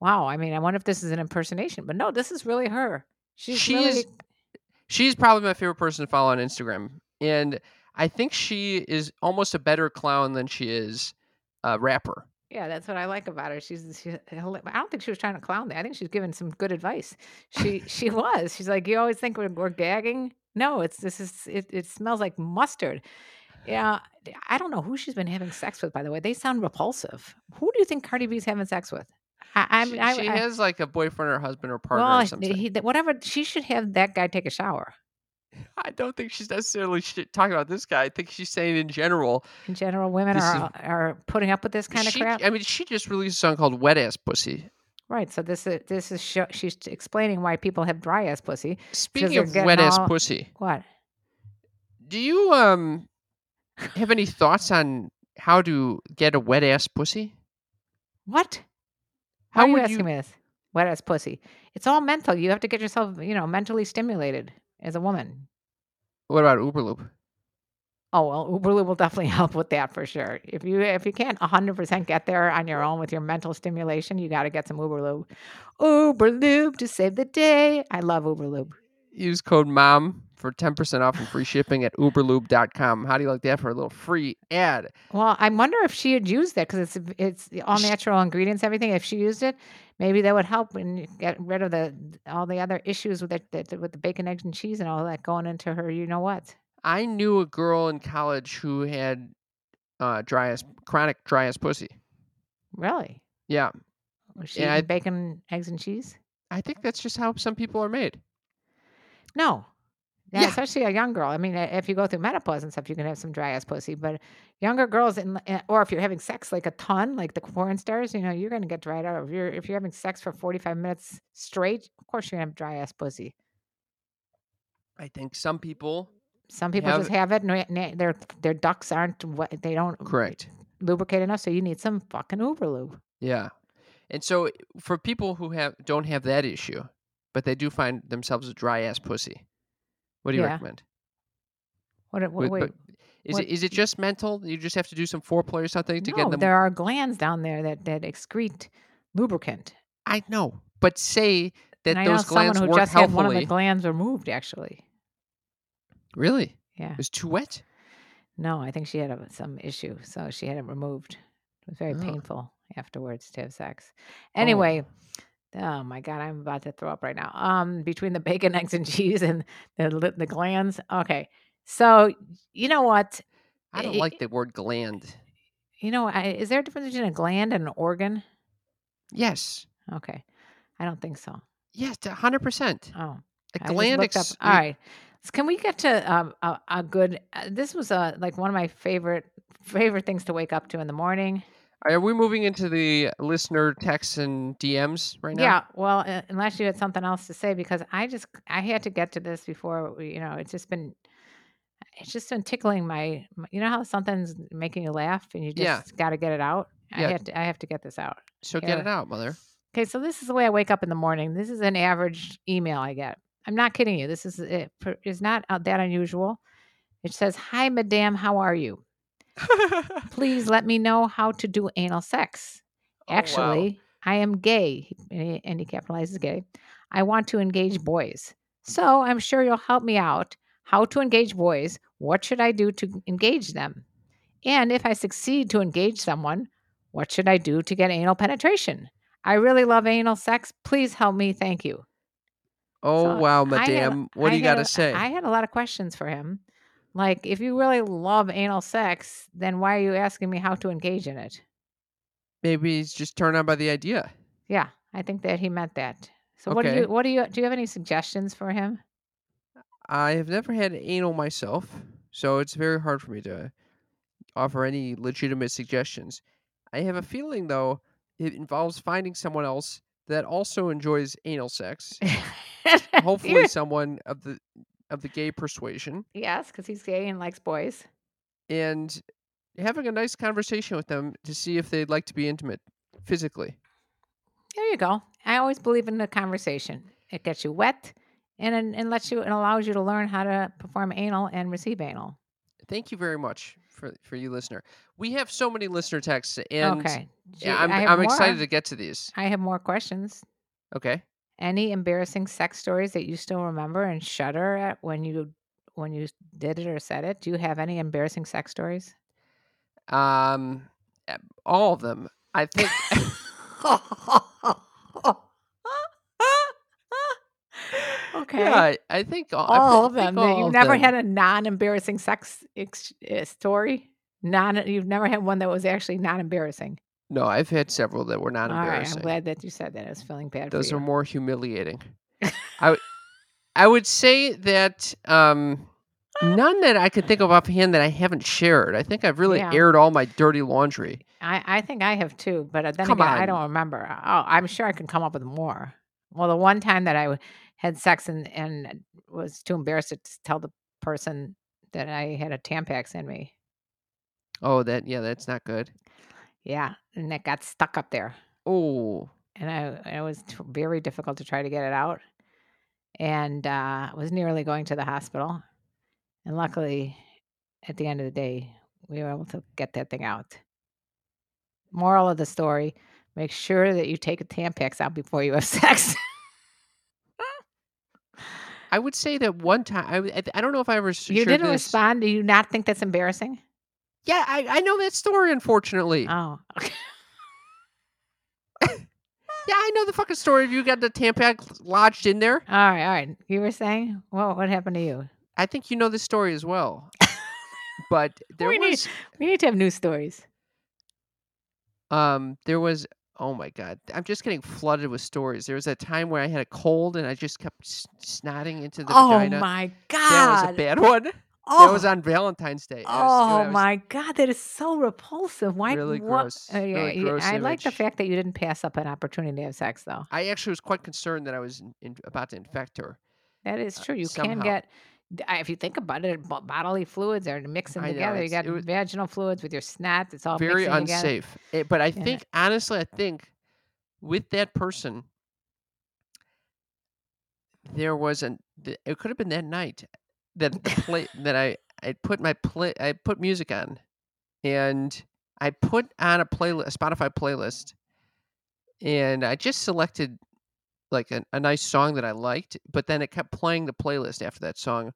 C: "Wow." I mean, I wonder if this is an impersonation. But no, this is really her. She's
D: She
C: really.
D: is- She's probably my favorite person to follow on Instagram, and I think she is almost a better clown than she is a rapper.
C: Yeah, that's what I like about her. She's, she's hila- I don't think she was trying to clown me. I think she's giving some good advice. She she was. She's like, you always think we're, we're gagging. No, it's this is it, it. smells like mustard. Yeah, d- I don't know who she's been having sex with. By the way, they sound repulsive. Who do you think Cardi B's having sex with? I, I'm.
D: she,
C: I,
D: she
C: I,
D: has like a boyfriend or husband or partner
C: well,
D: or something.
C: he, whatever. She should have that guy take a shower.
D: I don't think she's necessarily sh- talking about this guy. I think she's saying in general.
C: In general, women
D: This is-
C: are uh, are putting up with this kind of
D: she-
C: crap.
D: I mean, she just released a song called "Wet Ass Pussy."
C: Right. So this is this is show, she's explaining why people have dry ass pussy.
D: Speaking
C: they're
D: of
C: getting
D: wet ass
C: all-
D: pussy,
C: What?
D: do you um have any thoughts on how to get a wet ass pussy?
C: What?
D: How
C: How are you
D: would
C: asking
D: you-
C: me this? Wet ass pussy. It's all mental. You have to get yourself, you know, mentally stimulated as a woman.
D: What about Uberloop?
C: Oh well, Uberlube will definitely help with that for sure. If you if you can't 100% get there on your own with your mental stimulation, you got to get some Uberlube. Uberlube to save the day. I love Uberlube.
D: Use code MOM for ten percent off and free shipping at uberloop.com. How do you like that for a little free ad?
C: Well, I wonder if she had used that because it's it's all
D: Sh-
C: natural ingredients, everything. If she used it, maybe that would help and get rid of the all the other issues with that that- with the bacon, eggs, and cheese and all that going into her. You know what?
D: I knew a girl in college who had uh, dry ass, chronic dry ass pussy.
C: Really?
D: Yeah,
C: Was she
D: Yeah, I-
C: eating bacon, eggs, and cheese?
D: I think that's just how some people are made.
C: No. Yeah,
D: Yeah.
C: especially a young girl. I mean, uh, if you go through menopause and stuff, you can have some dry ass pussy. But younger girls, in, uh, or if you're having sex like a ton, like the porn stars, you know, you're gonna get dried out. If you're if you're having sex for 45 minutes straight, of course you're gonna have dry ass pussy.
D: I think some people
C: Some people
D: Have-
C: just have it, and na- na- their their ducks aren't what they don't
D: correct.
C: lubricate enough. So you need some fucking Uber lube.
D: Yeah. And so eh, for people who have don't have that issue, but they do find themselves a dry ass pussy, what do you
C: Yeah.
D: recommend?
C: What? what
D: Wait,
C: wait,
D: but Is
C: what-
D: it is it just mental? You just have to do some foreplay or something to
C: no,
D: get them.
C: there are glands down there that that excrete lubricant.
D: I know, but say that
C: and I know
D: those
C: someone
D: glands
C: who
D: work
C: just had one of the
D: healthily.
C: glands removed, actually.
D: really,
C: Yeah.
D: it was too wet.
C: No, I think she had a, some issue, so she had it removed. It was very
D: Oh.
C: painful afterwards to have sex. Anyway, oh. my god, I'm about to throw up right now. Um, between the bacon, eggs, and cheese, and the li- the glands. Okay, so you know what?
D: I don't
C: I-
D: like the word gland.
C: You know, I, is there a difference between a gland and an organ?
D: Yes,
C: Okay, I don't think so.
D: yes, hundred percent.
C: Oh,
D: A
C: I just
D: gland.
C: looked up-
D: ex-
C: All right, So can we get to um, a, a good? Uh, this was a like one of my favorite favorite things to wake up to in the morning.
D: Are we moving into the listener texts and DMs right now?
C: Yeah. Well, uh, unless you had something else to say, because I just I had to get to this before we- you know it's just been it's just been tickling my my- you know how something's making you laugh and you just
D: Yeah.
C: got to get it out.
D: Yeah.
C: I have to I have to get this out.
D: So
C: Yeah.
D: get it out, mother.
C: Okay, so this is the way I wake up in the morning. This is an average email I get. I'm not kidding you. This is it per- is not out that unusual. It says, "Hi, Madame, how are you? Please let me know how to do anal sex.
D: Oh, wow.
C: Actually, I am gay, and he, and he capitalizes gay. I want to engage boys, so I'm sure you'll help me out. How to engage boys? What should I do to engage them? And if I succeed to engage someone, what should I do to get anal penetration?" I really love anal sex. Please help me. Thank you.
D: Oh
C: So
D: wow,
C: I had-
D: madame. what
C: I
D: do you
C: had
D: got
C: a-
D: to say?
C: I had a lot of questions for him. Like, if you really love anal sex, then why are you asking me how to engage in it?
D: Maybe he's just turned on by the idea.
C: Yeah, I think that he meant that. So, what do
D: Okay.
C: you, what do you, do you have any suggestions for him?
D: I have never had anal myself, so it's very hard for me to offer any legitimate suggestions. I have a feeling though it involves finding someone else that also enjoys anal sex. Hopefully
C: You-
D: someone of the of the gay persuasion
C: yes, because he's gay and likes boys.
D: and having a nice conversation with them to see if they'd like to be intimate physically.
C: There you go. I always believe in the conversation. It gets you wet, and and, and lets you and allows you to learn how to perform anal and receive anal.
D: Thank you very much for for you listener. We have so many listener texts and
C: okay. Gee,
D: yeah, I'm
C: I have
D: I'm
C: more.
D: excited to get to these.
C: I have more questions.
D: Okay.
C: any embarrassing sex stories that you still remember and shudder at when you when you did it or said it do you have any embarrassing sex stories
D: Um, uh, all of them. I think.
C: okay
D: yeah, I- I think all, I
C: all of
D: think
C: them that
D: all
C: you've
D: of
C: never
D: them.
C: had a non-embarrassing sex ex- uh, story non you've never had one that was actually not embarrassing
D: No, I've had several that were not
C: all right i'm
D: embarrassing.
C: glad that you said that i was feeling bad
D: Those
C: for
D: are
C: you
D: more humiliating. I would- I would say that um, none that I could think of offhand that I haven't shared. I think I've really
C: Yeah.
D: aired all my dirty laundry.
C: I, I think I have too, but uh, then
D: Come
C: again, I
D: on.
C: don't remember. Oh, I'm sure I can come up with more. Well, the one time that I w- had sex and, and was too embarrassed to s- tell the person that I had a Tampax in me.
D: Oh, that yeah, that's not good.
C: Yeah, and it got stuck up there,
D: Oh,
C: and I it was t- very difficult to try to get it out, and uh, was nearly going to the hospital, and luckily, at the end of the day, we were able to get that thing out. Moral of the story: Make sure that you take a Tampax out before you have sex.
D: I would say that one time I w- I don't know if I ever s-
C: you
D: shared
C: didn't
D: this.
C: respond. Do you not think that's embarrassing?
D: Yeah, I, I know that story. Unfortunately,
C: Oh,
D: yeah, I know the fucking story of you got the tampax lodged in there.
C: all right, all right. You were saying what? What happened to you?
D: I think you know the story as well. but there
C: We need-
D: was
C: We need to have new stories.
D: um there was oh my god. I'm just getting flooded with stories. There was a time where I had a cold and I just kept s- snotting into the
C: oh
D: vagina.
C: my god!
D: That was a bad one.
C: oh.
D: That was on Valentine's Day. I was-
C: Oh
D: I was-
C: my God, that is so repulsive. Why?
D: Really
C: what-
D: gross-
C: uh, yeah,
D: really
C: yeah,
D: gross
C: I like the
D: image.
C: fact that you didn't pass up an opportunity to have sex, though.
D: I actually was quite concerned that I was in, in, about to infect her.
C: That is true. You can
D: Uh, somehow.
C: get, d- I- if you think about it, bo- bodily fluids are mixing
D: I know,
C: together. you
D: it's-
C: got
D: it was-
C: vaginal fluids with your snot. It's all
D: Very
C: Oh, mixing together.
D: unsafe. Eh, but I
C: Yeah.
D: think honestly, I think with that person, there was an th- it could have been that night that the play that I I put my play I put music on and I put on a playlist a Spotify playlist and I just selected like a, a nice song that I liked but then it kept playing the playlist after that song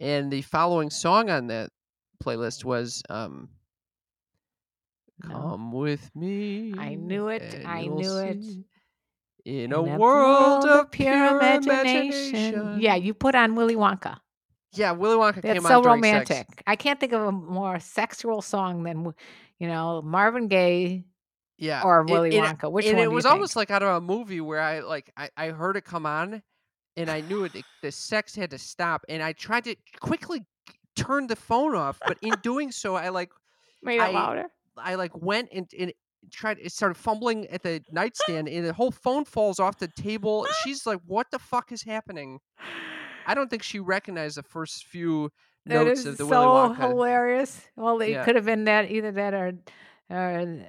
D: and the following song on that playlist was um
C: No.
D: come with me
C: I knew it.
D: and
C: I
D: you'll
C: knew it.
D: see in
C: In
D: a world of pure
C: imagination.
D: imagination.
C: Yeah, you put on Willy Wonka.
D: Yeah, Willy Wonka
C: That's
D: came
C: so
D: on during sex.
C: romantic. I can't think of a more sexual song than, w- you know, Marvin Gaye
D: Yeah.
C: or
D: Uh, it-
C: Willy
D: and-
C: Wonka. Which
D: and
C: one?
D: it
C: do you
D: was
C: think?
D: almost like out of a movie where I like I, I heard it come on and I knew it. The sex had to stop, and I tried to quickly turn the phone off, but in doing so, I like
F: Made it
D: I-
F: louder.
D: I like went and, and tried it started fumbling at the nightstand and the whole phone falls off the table. She's like, What the fuck is happening? I don't think she recognized the first few
C: That
D: notes
C: is
D: of the Willy
C: so
D: Wonka.
C: hilarious. Well, it
D: Yeah.
C: could have been that either that or or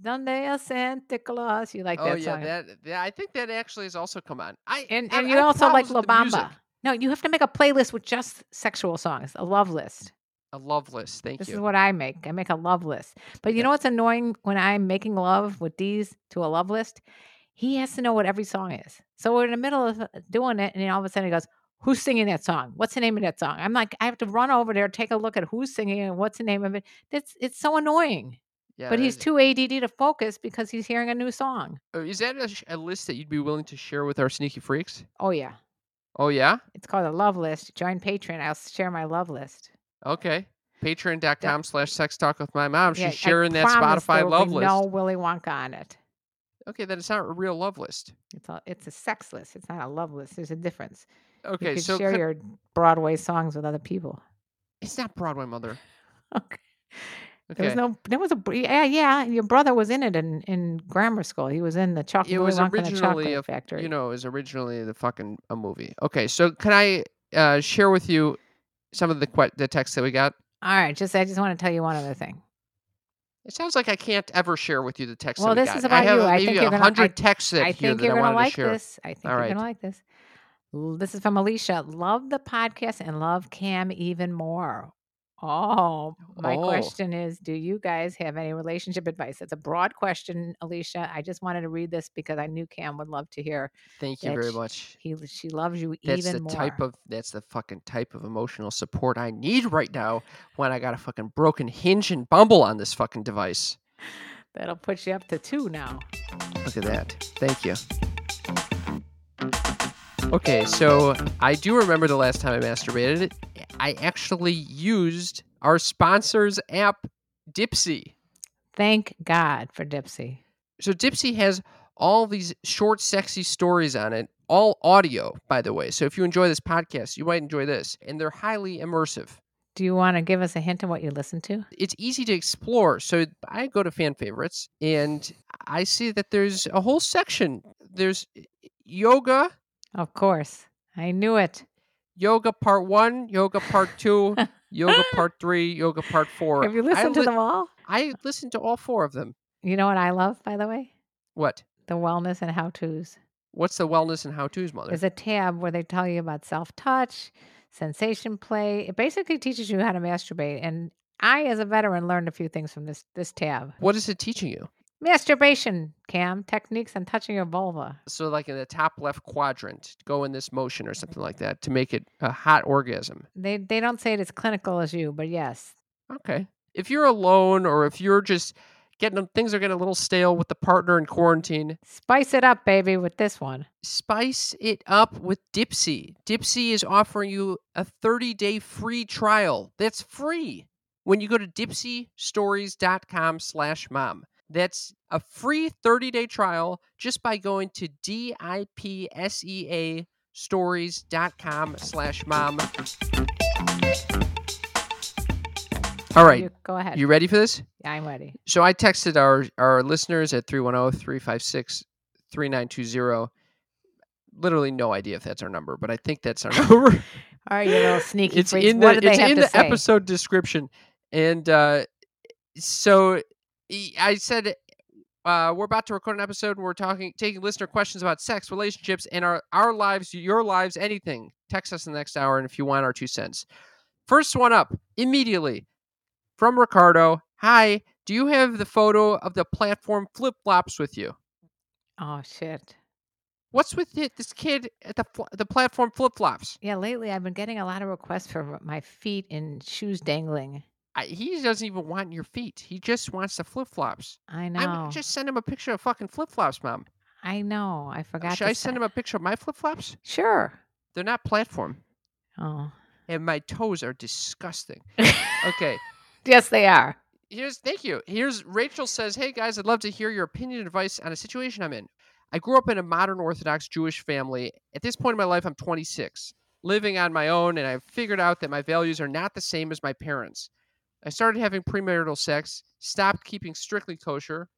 C: Donde Santa Claus. You like
D: oh
C: that
D: yeah,
C: song?
D: that, that I think that actually has also come on. I
C: and
D: I-
C: and
D: I
C: you
D: have
C: also like La
D: problems with
C: Bamba.
D: the music.
C: No, you have to make a playlist with just sexual songs, a love list.
D: A love list, thank
C: This
D: you.
C: is what I make. I make a love list. But you
D: Yeah.
C: know what's annoying when I'm making love with these to a love list? He has to know what every song is. So we're in the middle of uh, doing it, and then all of a sudden he goes, Who's singing that song? What's the name of that song? I'm like, I have to run over there, take a look at who's singing it, and what's the name of it. That's it's so annoying.
D: yeah,
C: but he's
D: that-
C: too ADD to focus because he's hearing a new song.
D: oh, Is that a, sh- a list that you'd be willing to share with our sneaky freaks?
C: Oh yeah,
D: Oh yeah,
C: it's called a love list. Join Patreon. I'll share my love list.
D: okay. Patreon.com slash sex talk with my mom.
C: Yeah, I
D: Oh, She's sharing that
C: promise there
D: Spotify
C: will
D: love
C: be
D: list.
C: No Willy Wonka on it.
D: Okay, then it's not a real love list.
C: It's a, it's a sex list. It's not a love list. There's a difference. you
D: Okay,
C: could
D: so
C: share
D: could-
C: your Broadway songs with other people.
D: it's not Broadway Mother.
C: Okay. There
D: Okay,
C: was no. There was a. br- Yeah, yeah. Your brother was in it in, in grammar school. He was in the chocolate.
D: it
C: Willy
D: was
C: Wonka and the
D: originally
C: Chocolate
D: a
C: factory.
D: you know it was originally the fucking a movie. Okay, so can I uh, share with you some of the que- the texts that we got?
C: All right. Just I just want to tell you one other thing.
D: It sounds like I can't ever share with you the text.
C: Well,
D: that we
C: this
D: got.
C: is about
D: I have
C: you. I
D: maybe
C: think you're gonna-
D: hundred
C: I-
D: texts that
C: I
D: here
C: think
D: that
C: you're
D: I
C: gonna
D: wanted
C: like
D: to share.
C: this. I think
D: All
C: you're
D: right.
C: gonna like this. L- This is from Alicia. Love the podcast and love Cam even more. Oh, my
D: Oh.
C: question is Do you guys have any relationship advice? It's a broad question, Alicia. I just wanted to read this because I knew Cam would love to hear.
D: Thank you
C: that
D: very
C: sh-
D: much.
C: He, she loves you
D: That's
C: even
D: the
C: more.
D: type of that's the fucking type of emotional support I need right now when I got a fucking broken hinge and bumble on this fucking device.
C: That'll put you up to two now.
D: Look at that. Thank you. Okay, so I do remember the last time I masturbated. I actually used our sponsor's app, Dipsy.
C: Thank God for Dipsy.
D: So Dipsy has all these short, sexy stories on it, all audio, by the way. So if you enjoy this podcast, you might enjoy this. And they're highly immersive.
C: Do you want to give us a hint of what you listen to?
D: it's easy to explore. So I go to fan favorites and I see that there's a whole section. There's eh, yoga,
C: Of course. I knew it.
D: yoga part one, yoga part two, yoga part three, yoga part four.
C: Have you
D: I
C: listened to
D: li-
C: them all?
D: I listened to all four of them.
C: You know what I love, by the way?
D: What?
C: The wellness and how to's.
D: What's the wellness and how to's mother?
C: There's a tab where they tell you about self touch, sensation play. It basically teaches you how to masturbate. And I, as a veteran, learned a few things from this this tab.
D: what is it teaching you?
C: Masturbation, Cam, techniques on touching your vulva.
D: So, like in the top left quadrant, go in this motion or something like that to make it a hot orgasm.
C: They they don't say it as clinical as you, but yes.
D: Okay. If you're alone or if you're just getting things are getting a little stale with the partner in quarantine,
C: Spice it up, baby, with this one.
D: spice it up with Dipsy. Dipsy is offering you a 30-day free trial. That's free when you go to dipsystories.com slash mom. That's a free 30-day trial just by going to D-I-P-S-E-A stories.com slash mom. All right.
C: You- go ahead.
D: You ready for this?
C: I'm ready.
D: So I texted our our listeners at oh, 310-356-3920. Literally no idea if that's our number, but I think that's our number.
C: All right, you little sneaky
D: it's
C: freaks.
D: in the
C: what do they
D: it's
C: have
D: in
C: to
D: the
C: say?
D: episode description. And uh so e- I said uh, we're about to record an episode and we're talking taking listener questions about sex, relationships, and our our lives, your lives, anything. Text us in the next hour and if you want our two cents. First one up immediately from Ricardo. Hi, do you have the photo of the platform flip flops with you?
C: Oh shit.
D: What's with it, this kid at the fl- the platform flip flops?
C: Yeah, lately I've been getting a lot of requests for my feet and shoes dangling.
D: He doesn't even want your feet. He just wants the flip flops.
C: I know.
D: I would just send him a picture of fucking flip flops, mom. Uh,
C: I know. I forgot.
D: Oh, Should
C: to
D: I send him a picture of my flip flops?
C: Sure.
D: They're not platform,
C: Oh.
D: and my toes are disgusting. Okay.
C: Yes, they are.
D: Here's thank you. Here's Rachel says, "Hey guys, I'd love to hear your opinion and advice on a situation I'm in. I grew up in a modern Orthodox Jewish family. At this point in my life, I'm 26, living on my own, and I've figured out that my values are not the same as my parents. I started having premarital sex, stopped keeping strictly kosher,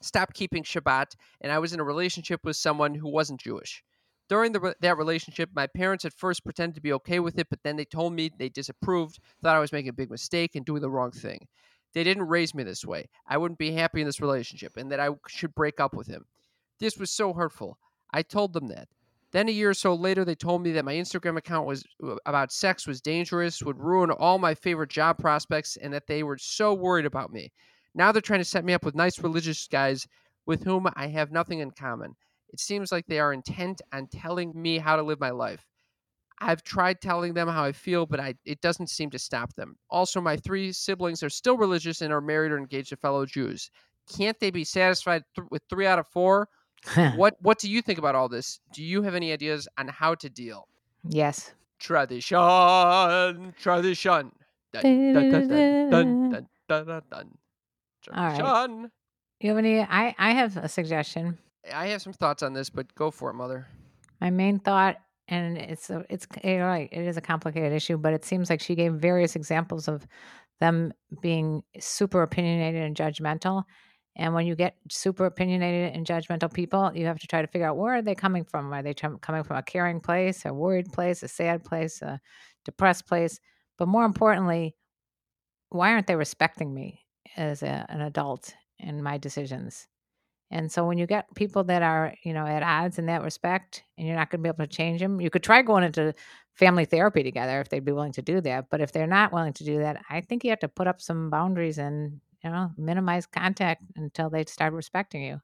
D: stopped keeping Shabbat, and I was in a relationship with someone who wasn't Jewish. During the, re- that relationship, my parents at first pretended to be okay with it, but then they told me they disapproved, thought I was making a big mistake and doing the wrong thing. They didn't raise me this way. I wouldn't be happy in this relationship, and that I should break up with him. This was so hurtful. I told them that. Then a year or so later, they told me that my Instagram account was uh, about sex was dangerous, would ruin all my favorite job prospects, and that they were so worried about me. Now they're trying to set me up with nice religious guys with whom I have nothing in common. It seems like they are intent on telling me how to live my life. I've tried telling them how I feel, but I, it doesn't seem to stop them. Also, my three siblings are still religious and are married or engaged to fellow Jews. Can't they be satisfied th- with three out of four? what What do you think about all this? Do you have any ideas on how to deal?
C: Yes.
D: Tradition, tradition. Dun, dun, dun, dun, dun, dun, dun, dun, dun.
C: All right.
D: Tradition.
C: You have any? I I have a suggestion.
D: I have some thoughts on this, but go for it, mother.
C: My main thought, and it's a, it's you're right. It is a complicated issue, but it seems like she gave various examples of them being super opinionated and judgmental. And when you get super opinionated and judgmental people, you have to try to figure out where are they coming from. Are they chum- coming from a caring place, a worried place, a sad place, a depressed place? But more importantly, why aren't they respecting me as a, an adult and my decisions? And so when you get people that are, you know, at odds in that respect, and you're not going to be able to change them, you could try going into family therapy together if they'd be willing to do that. But if they're not willing to do that, I think you have to put up some boundaries and, you know, minimize contact until they start respecting you.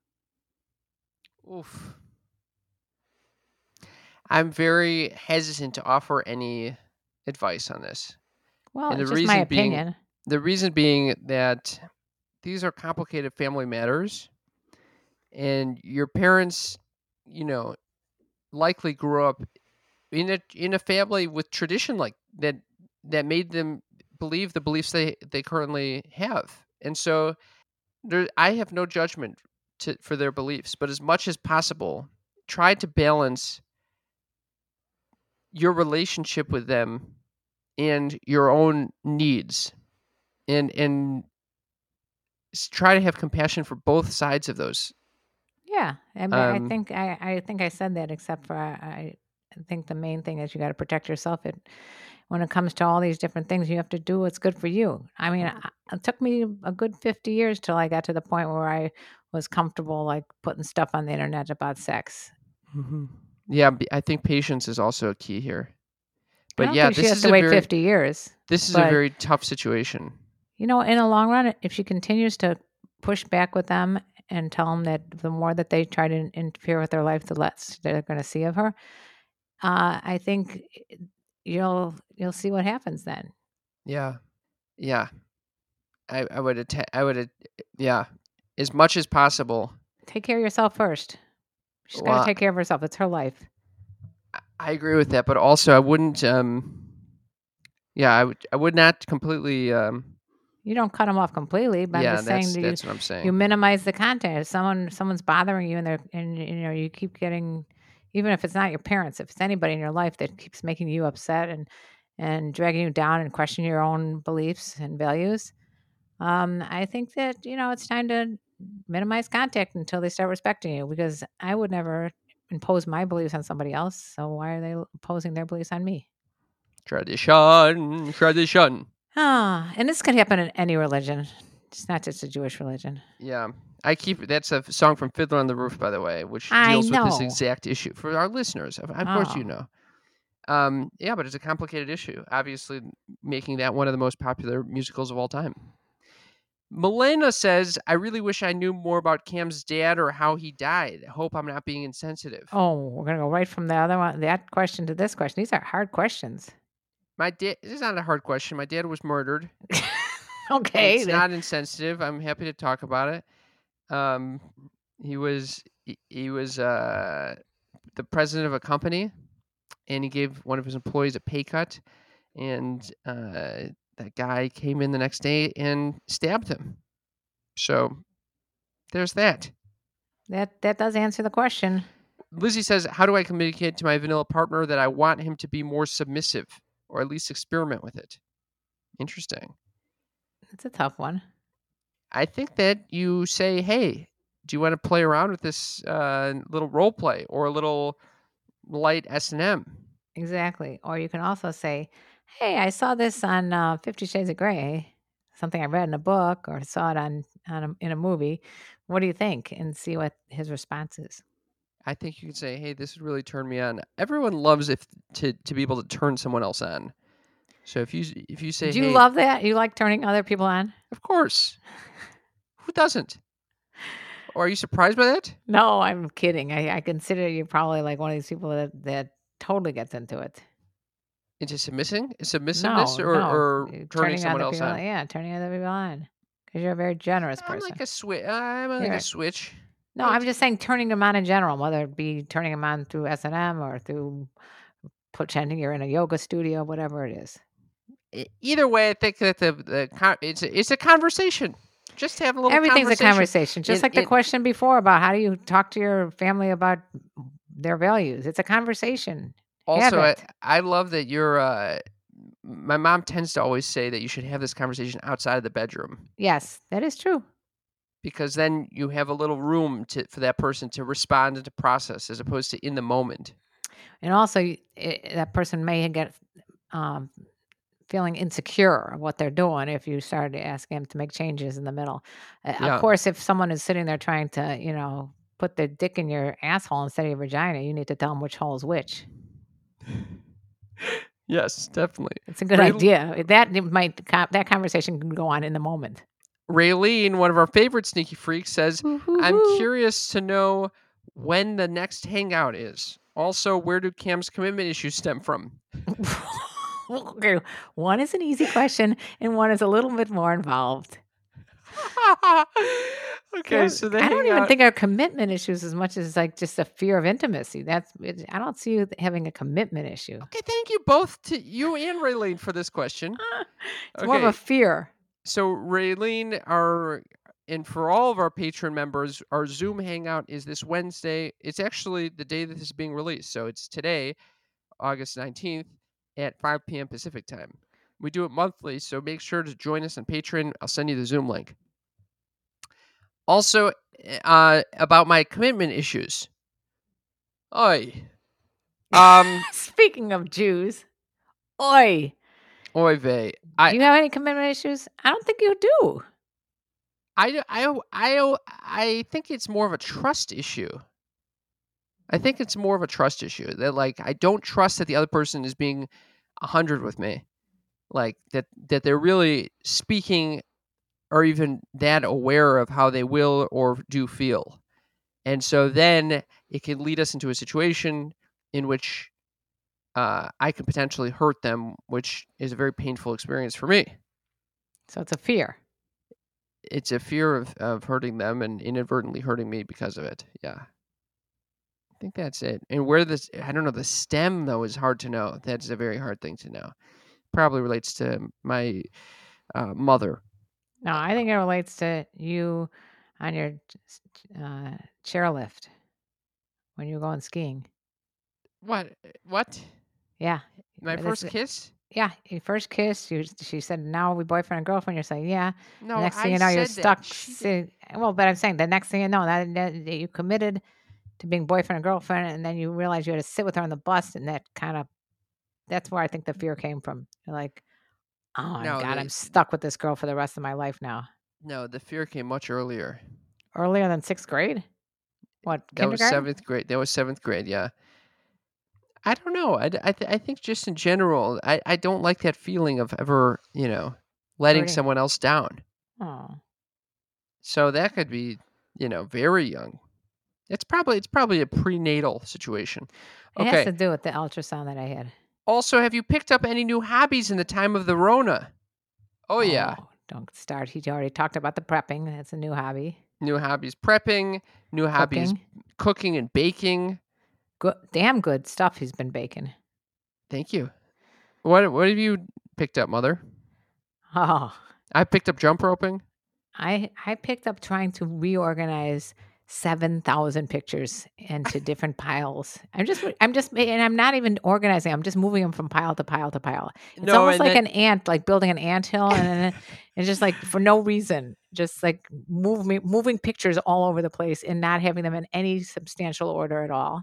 D: Oof. I'm very hesitant to offer any advice on this.
C: Well,
D: And
C: it's
D: the
C: just my
D: reason being-
C: opinion.
D: The reason being that these are complicated family matters, and your parents, you know, likely grew up in a in a family with tradition like that that made them believe the beliefs they they currently have, and so there, I have no judgment to, for their beliefs, but as much as possible, try to balance your relationship with them and your own needs and and s- try to have compassion for both sides of those.
C: Yeah, I mean, I
D: Um,
C: think I, I think I said that. Except for I, I think the main thing is you got to protect yourself. It when it comes to all these different things, you have to do what's good for you. I mean,
D: Mm-hmm.
C: I, it took me a good fifty years till I got to the point where I was comfortable like putting stuff on the internet about sex. Mm-hmm.
D: Yeah, b- I think patience is also a key here.
C: I
D: But
C: don't
D: yeah,
C: think
D: this
C: she has
D: is
C: to
D: a
C: wait
D: very
C: fifty years.
D: this is a
C: but-
D: very tough situation.
C: You know, in the long run, if she continues to push back with them and tell them that the more that they try to interfere with their life, the less they're going to see of her. Uh, I think you'll you'll see what happens then.
D: Yeah, yeah. I I would atta- I would att- yeah as much as possible.
C: Take care of yourself first. She's got
D: Well,
C: to take care of herself. It's her life.
D: I- I agree with that, but also I wouldn't um. Yeah, I would. I would not completely. Um,
C: You don't cut them off completely, but I'm
D: yeah,
C: just saying
D: that's
C: that you
D: that's what I'm saying.
C: you minimize the contact. If someone someone's bothering you and they're and you know you keep getting, even if it's not your parents, if it's anybody in your life that keeps making you upset and and dragging you down and questioning your own beliefs and values, um, I think that you know it's time to minimize contact until they start respecting you. Because I would never impose my beliefs on somebody else, so why are they l- imposing their beliefs on me?
D: tradition, tradition.
C: Ah, and this could happen in any religion. It's not just a Jewish religion.
D: Yeah, I keep that's a f- song from Fiddler on the Roof, by the way, which
C: I
D: deals with this
C: know.
D: exact issue for our listeners. Of, of course, you
C: Oh.
D: know. Um, yeah, but it's a complicated issue. Obviously, making that one of the most popular musicals of all time. Milena says, "I really wish I knew more about Cam's dad or how he died. I hope I'm not being insensitive.
C: Oh, we're gonna go right from the other one, that question to this question. These are hard questions.
D: My dad. This is not a hard question. My dad was murdered.
C: okay,
D: it's
C: then.
D: not insensitive. I'm happy to talk about it. Um, he was he, he was uh, the president of a company, and he gave one of his employees a pay cut, and uh, that guy came in the next day and stabbed him. So there's that.
C: That that does answer the question.
D: Lizzie says, How do I communicate to my vanilla partner that I want him to be more submissive or at least experiment with it? Interesting.
C: It's a tough one.
D: I think that you say, Hey, do you want to play around with this uh, little role play or a little light S&M?
C: Exactly. Or you can also say, "Hey, I saw this on uh, Fifty Shades of Grey, something I read in a book or saw it on on a, in a movie. What do you think?" And see what his response is.
D: I think you can say, "Hey, this really turned me on." Everyone loves if to to be able to turn someone else on. So if you if you say,
C: do you
D: "Hey,"
C: love that? You like turning other people on?
D: Of course. Who doesn't? Or are you surprised by that?
C: No, I'm kidding. I, I consider you probably like one of these people that that totally gets into it.
D: Into submissing,
C: No,
D: submissiveness, or,
C: no. eh,
D: or
C: You're
D: turning, someone
C: other
D: else
C: people,
D: on.
C: Yeah, turning other people on because you're a very generous
D: I'm
C: person.
D: like a switch. I'm like
C: You're-
D: a switch.
C: No,
D: Right.
C: I'm just saying turning them on in general, whether it be turning them on through S and M or through pretending you're in a yoga studio, whatever it is.
D: E- Either way, I think that the, the con- it's a, it's a conversation. Just have a little.
C: Everything's
D: conversation.
C: a conversation, just
D: In-
C: like the
D: in-
C: question before about how do you talk to your family about their values. It's a conversation. Have
D: Also, I,
C: it.
D: I love that you're. Uh, my mom tends to always say that you should have this conversation outside of the bedroom
C: Yes, that is true.
D: because then you have a little room to for that person to respond and to process as opposed to in the moment.
C: And also, y- i that person may get um, feeling insecure of what they're doing if you started asking them to make changes in the middle. Uh,
D: Yeah.
C: Of course, if someone is sitting there trying to, you know, put their dick in your asshole instead of your vagina, you need to tell them which hole's which.
D: Yes, definitely.
C: It's a good
D: Right.
C: idea. That it might co- that conversation can go on in the moment.
D: Raylene, one of our favorite sneaky freaks, says, I'm
C: Woo-hoo-hoo.
D: curious to know when the next hangout is. Also, where do Cam's commitment issues stem from?
C: okay, one is an easy question, and one is a little bit more involved.
D: okay, so the
C: I don't even
D: hangout-
C: think our commitment issues as much as like just a fear of intimacy. That's it, I don't see you having a commitment issue.
D: Okay, thank you both to you and Raylene for this question.
C: It's more of a
D: Okay.
C: fear.
D: So Raylene, our and for all of our patron members, our Zoom hangout is this Wednesday. It's actually the day that this is being released, so it's today, August nineteenth at five p.m. Pacific time. We do it monthly, so make sure to join us on Patreon. I'll send you the Zoom link. Also, uh, about my commitment issues. Oi. Um,
C: Speaking of Jews, oi,
D: oi vey.
C: do
D: I,
C: you have any commitment issues? I don't think you do.
D: I, d- I, o- I, o- I think it's more of a trust issue. I think it's more of a trust issue that like I don't trust that the other person is being a hundred with me, like that that they're really speaking or even that aware of how they will or do feel, and so then it can lead us into a situation in which uh, I can potentially hurt them, which is a very painful experience for me
C: So it's a fear.
D: it's a fear of, of hurting them and inadvertently hurting me because of it. Yeah. I think that's it. And where this, I don't know, the stem though is hard to know. That's a very hard thing to know. Probably relates to my uh, mother.
C: No, I think it relates to you on your uh, chairlift when you were going skiing.
D: What? eh, What?
C: Yeah,
D: My
C: That's
D: first
C: it.
D: kiss?
C: yeah. Your first kiss. You, she said, "Now we boyfriend and girlfriend." You're saying, "Yeah."
D: No,
C: next
D: Oh, I
C: thing you know, you're
D: said
C: stuck.
D: That. She did-
C: sitting- well, but I'm saying the next thing you know, that, that that you committed to being boyfriend and girlfriend, and then you realize you had to sit with her on the bus, and that kind of that's where I think the fear came from. You're like, oh my
D: No,
C: god,
D: the-
C: I'm stuck with this girl for the rest of my life now.
D: no, the fear came much earlier.
C: Earlier than sixth grade. What
D: That was
C: kindergarten?
D: seventh grade. That was seventh grade. Yeah. I don't know. I, d- I, th- I think just in general, I, I don't like that feeling of ever, you know, letting
C: Hurting.
D: someone else down.
C: Oh,
D: So that could be, you know, very young. It's probably it's probably a prenatal situation.
C: it has to
D: Okay.
C: do with the ultrasound that I had.
D: Also, have you picked up any new hobbies in the time of the Rona? Oh yeah,
C: don't start. He already talked about the prepping. That's a new hobby.
D: new hobbies: prepping, new hobbies:
C: Cooking.
D: cooking and baking.
C: Good, damn good stuff he's been baking.
D: Thank you. What what have you picked up, mother?
C: Oh.
D: I picked up jump roping.
C: I I picked up trying to reorganize 7,000 pictures into different piles. I'm just, I'm just, and I'm not even organizing. I'm just moving them from pile to pile to pile. It's
D: No,
C: almost
D: and
C: like
D: then-
C: an ant, like building an ant hill, and then it's just like for no reason, just like move me, moving pictures all over the place and not having them in any substantial order at all,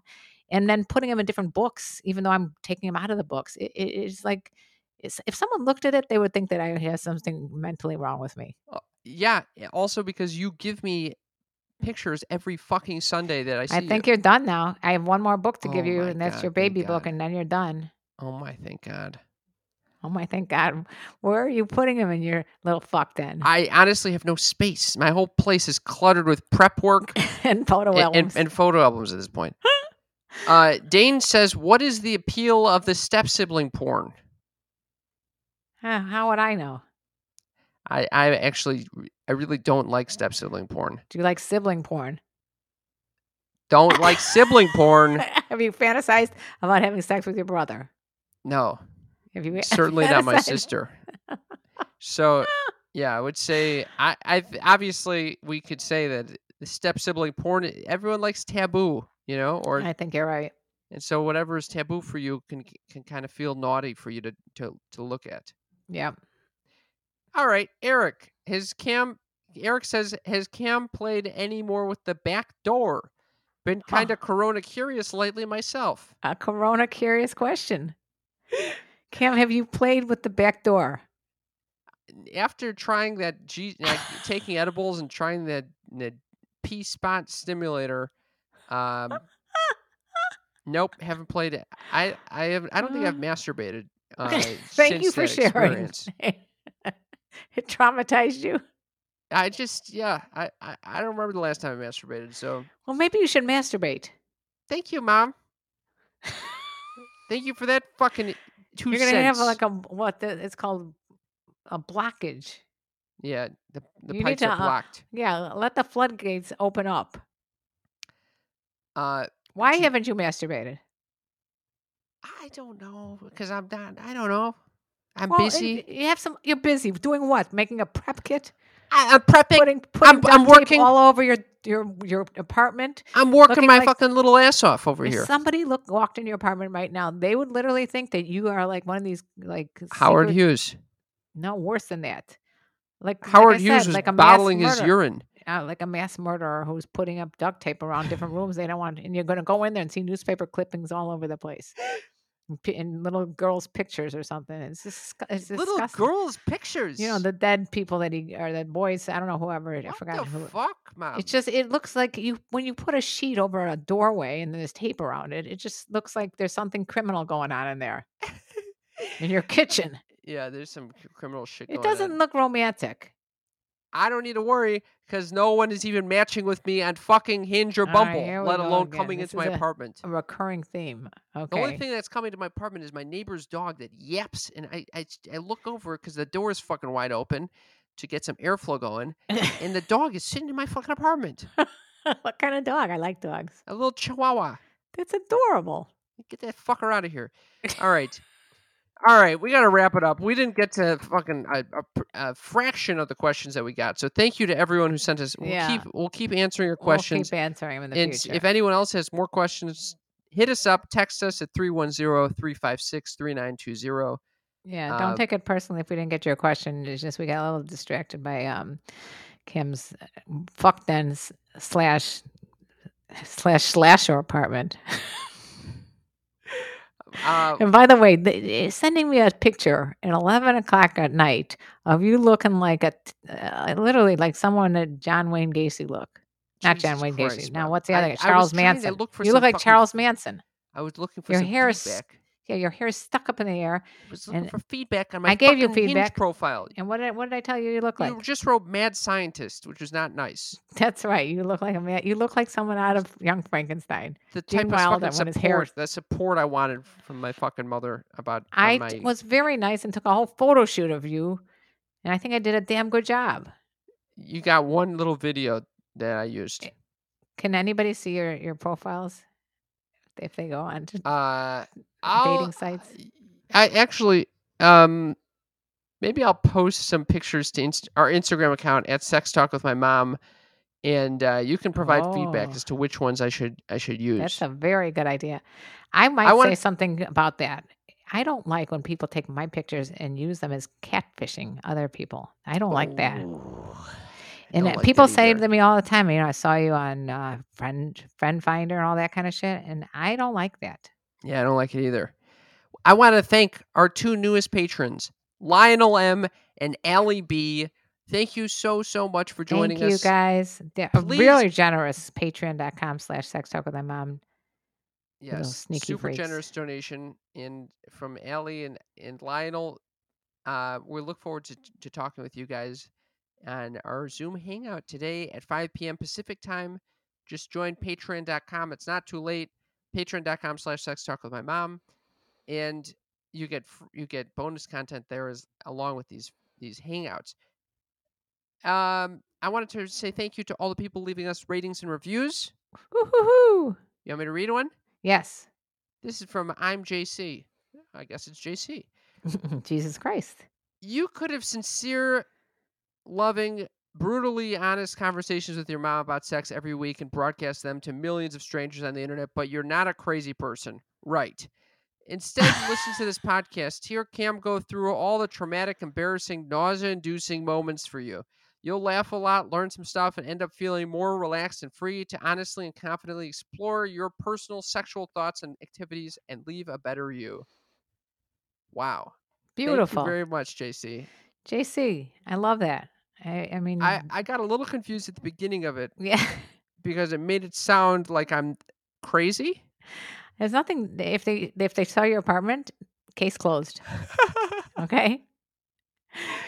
C: and then putting them in different books, even though I'm taking them out of the books. It, it, it's like. It's, if someone looked at it, they would think that I had something mentally wrong with me.
D: Yeah. yeah, Also because you give me pictures every fucking Sunday that I see.
C: I
D: you.
C: think you're done now. I have one more book to give
D: Oh
C: you,
D: my
C: and that's
D: God,
C: your
D: thank
C: baby book,
D: God.
C: and then you're done.
D: Oh my, thank God.
C: Oh my, thank God. Where are you putting them in your little fuck den?
D: I honestly have no space. My whole place is cluttered with prep work
C: and photo
D: and, and,
C: albums.
D: and photo albums at this point. uh, Dane says, "What is the appeal of the step sibling porn?"
C: Huh, how would I know?
D: I, I actually, I really don't like step sibling porn.
C: Do you like sibling porn?
D: Don't like sibling porn.
C: have you fantasized about having sex with your brother?
D: No,
C: Have you
D: certainly not my
C: fantasized-
D: sister. So, yeah, I would say I, I obviously we could say that the step sibling porn. eh, Everyone likes taboo, you know, or
C: I think you're right.
D: and so whatever is taboo for you can can kind of feel naughty for you to to to look at.
C: Yeah.
D: All right, Eric. Has Cam? Eric says, has Cam played any more with the back door? Been
C: Huh.
D: kind of Corona curious lately myself.
C: A corona curious question. Cam, have you played with the back door?
D: After trying that, G, like, taking edibles and trying that, that P spot stimulator, um, nope, haven't played it. I I haven't. I don't think I've masturbated. Uh,
C: Thank you
D: since
C: for
D: that
C: sharing.
D: experience.
C: it traumatized you.
D: I just yeah, I, I I don't remember the last time I masturbated. So
C: Well, maybe you should masturbate.
D: thank you, mom. thank you for that fucking 2
C: You're
D: cents.
C: gonna have like a what the, it's called a blockage.
D: yeah, the the
C: You need
D: pipes
C: to,
D: are
C: uh,
D: blocked.
C: Yeah, let the floodgates open up.
D: Uh,
C: Why
D: Gee.
C: haven't you masturbated?
D: I don't know because I'm not. I don't know. I'm
C: Well, and
D: busy.
C: You have some. You're busy doing what? Making a prep kit.
D: I, I'm prepping.
C: putting putting
D: I'm-
C: duct
D: I'm
C: tape
D: working-
C: all over your your your apartment.
D: I'm working
C: looking
D: my
C: like-
D: fucking little ass off over
C: If
D: here.
C: somebody look walked into your apartment right now, they would literally think that you are like one of these like
D: Howard
C: secret-
D: Hughes.
C: No, worse than that. Like like I
D: Howard Hughes
C: said,
D: was
C: like a mass
D: bottling his
C: murder-
D: urine.
C: uh, like a mass murderer who's putting up duct tape around different rooms they don't want, and you're going to go in there and see newspaper clippings all over the place, and, pi- and little girls' pictures or something. It's just it's
D: Little
C: disgusting.
D: girls' pictures.
C: you know the dead people that he or the boys. I don't know whoever I
D: what
C: forgot
D: the
C: who.
D: fuck, mom?
C: It's just it looks like you when you put a sheet over a doorway and there's tape around it. It just looks like there's something criminal going on in there in your kitchen.
D: yeah, there's some c- criminal shit.
C: It
D: going on.
C: doesn't look romantic.
D: I don't need to worry because no one is even matching with me on fucking Hinge or
C: All right,
D: Bumble,
C: here we
D: let
C: go
D: alone
C: again.
D: coming
C: This
D: into my
C: is a-
D: apartment.
C: A recurring theme. Okay.
D: The only thing that's coming to my apartment is my neighbor's dog that yaps, and I I, I look over because the door is fucking wide open to get some airflow going, and the dog is sitting in my fucking apartment,
C: what kind of dog? I like dogs.
D: a little Chihuahua.
C: That's adorable.
D: Get that fucker out of here. All right. All right, we got to wrap it up. We didn't get to fucking a, a pr- a fraction of the questions that we got. So thank you to everyone who sent us. We'll
C: Yeah.
D: keep we'll keep answering your
C: We'll
D: questions.
C: keep answering 'em in the
D: and s-
C: future.
D: if anyone else has more questions hit us up text us at 310-356-3920
C: yeah, don't
D: uh,
C: take it personally if we didn't get your question. It's just we got a little distracted by um Kim's uh, fuck then s- slash slash slasher apartment.
D: uh,
C: and by the way, th- eh, sending me a picture at eleven o'clock at night of you looking like a t- uh, literally like someone that John Wayne Gacy look. Not John
D: Jesus
C: Wayne
D: Christ,
C: Gacy. Now
D: man.
C: what's the other guy?
D: I- I was
C: Charles
D: trying to
C: Manson.
D: look for
C: you
D: some
C: look like
D: fucking-
C: Charles Manson.
D: i was looking for
C: your
D: some
C: hair is-
D: feedback
C: Yeah, your hair's stuck up in the air.
D: i was looking
C: and
D: for feedback on my
C: I gave you
D: fucking Hinge
C: feedback.
D: profile
C: And what did, what did I tell you you look like?
D: you just wrote mad scientist which is not nice
C: That's right. You look like a man. You look like someone out of Young Frankenstein.
D: the
C: Gene
D: type
C: Wilder
D: of
C: when
D: fucking
C: his hair-
D: support that support i wanted from my fucking mother about on
C: I
D: my,
C: t- was very nice and took a whole photo shoot of you, and I think I did a damn good job.
D: you got one little video that i used
C: Eh, Can anybody see your your profiles if they go on to
D: uh
C: dating
D: I'll-
C: sites?
D: I actually, um, maybe I'll post some pictures to inst- our Instagram account at Sex Talk with My Mom, and uh, you can provide feedback
C: Oh.
D: as to which ones I should I should use.
C: That's a very good idea. I might
D: wanna-
C: say something about that. I don't like when people take my pictures and use them as catfishing other people. I don't like that.
D: Ooh.
C: And
D: Oh, don't
C: uh,
D: like
C: people
D: that
C: say
D: either.
C: to me all the time, you know, I saw you on uh, friend friend finder and all that kind of shit, and I don't like that.
D: Yeah, I don't like it either. I want to thank our two newest patrons, Lionel M and Allie B. Thank you so so much for joining
C: Thank
D: us.
C: you guys. They're a
D: Please-
C: really generous. Patreon.com slash sex talk with my mom. those
D: Yes,
C: sneaky
D: super
C: freaks.
D: generous donation in from Allie and and Lionel. Uh, we look forward to to talking with you guys on our Zoom hangout today at 5 p.m. Pacific time. Just join Patreon.com. It's not too late. Patreon.com/sex slash sex talk with my mom, and you get fr- you get bonus content there as along with these these hangouts. Um, I wanted to say thank you to all the people leaving us ratings and reviews.
C: Woo-hoo-hoo.
D: You want me to read one?
C: Yes.
D: This is from I'm JC. I guess it's JC.
C: Jesus Christ.
D: You could have sincere, loving, brutally honest conversations with your mom about sex every week and broadcast them to millions of strangers on the internet, but you're not a crazy person. Right. Instead, you listen to this podcast. Hear Cam go through all the traumatic, embarrassing, nausea inducing moments for you. You'll laugh a lot, learn some stuff, and end up feeling more relaxed and free to honestly and confidently explore your personal sexual thoughts and activities and leave a better you. Wow.
C: Beautiful.
D: Thank you very much, JC.
C: JC, I love that. I, I mean,
D: I, I got a little confused at the beginning of it
C: yeah.
D: because it made it sound like I'm crazy.
C: There's nothing if they if they saw your apartment, case closed. Okay.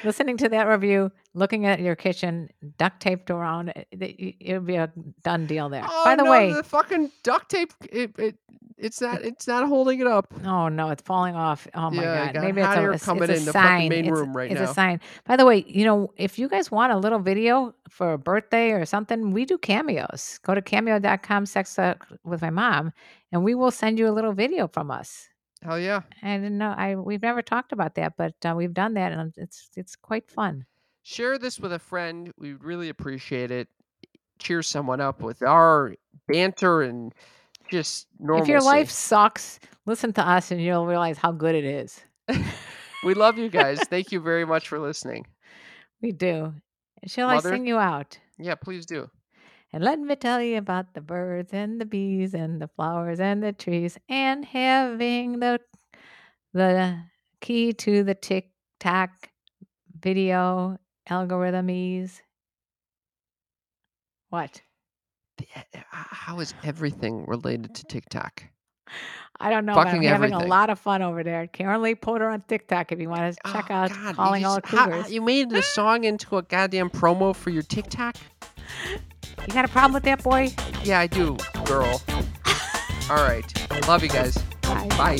C: Listening to that review, looking at your kitchen, duct taped around, it, it, it'll be a done deal there.
D: Oh,
C: By the
D: no,
C: way,
D: the fucking duct tape it, it it's not it's not holding it up.
C: Oh no, it's falling off. Oh my
D: Yeah, it
C: god.
D: got
C: Maybe it's
D: hotter
C: a, it's,
D: coming
C: it's a
D: in the fucking
C: sign.
D: main
C: it's,
D: room right
C: it's
D: now.
C: a sign. By the way, you know, if you guys want a little video for a birthday or something, we do cameos. Go to cameo.com sex talk with my mom and we will send you a little video from us.
D: Hell yeah.
C: I didn't know I we've never talked about that, but uh, we've done that and it's it's quite fun.
D: Share this with a friend. We really appreciate it. Cheer someone up with our banter and just normal.
C: If your life sucks, listen to us and you'll realize how good it is.
D: we love you guys. Thank you very much for listening.
C: We do. Shall
D: Mother-
C: I sing you out?
D: Yeah, please do.
C: And let me tell you about the birds and the bees and the flowers and the trees and having the the key to the TikTok video algorithm ease. What?
D: Yeah, uh, How is everything related to TikTok?
C: I don't know. but I'm
D: Fucking
C: having
D: everything.
C: a lot of fun over there. Karen Lee Porter on TikTok if you want to check
D: Oh,
C: out
D: God, you
C: calling all
D: just- how- how-
C: cougars.
D: you made the song into a goddamn promo for your TikTok?
C: you got a problem with that, boy?
D: Yeah, I do, girl. All right. Love you guys. Bye.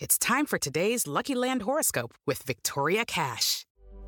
F: It's time for today's Lucky Land horoscope with Victoria Cash.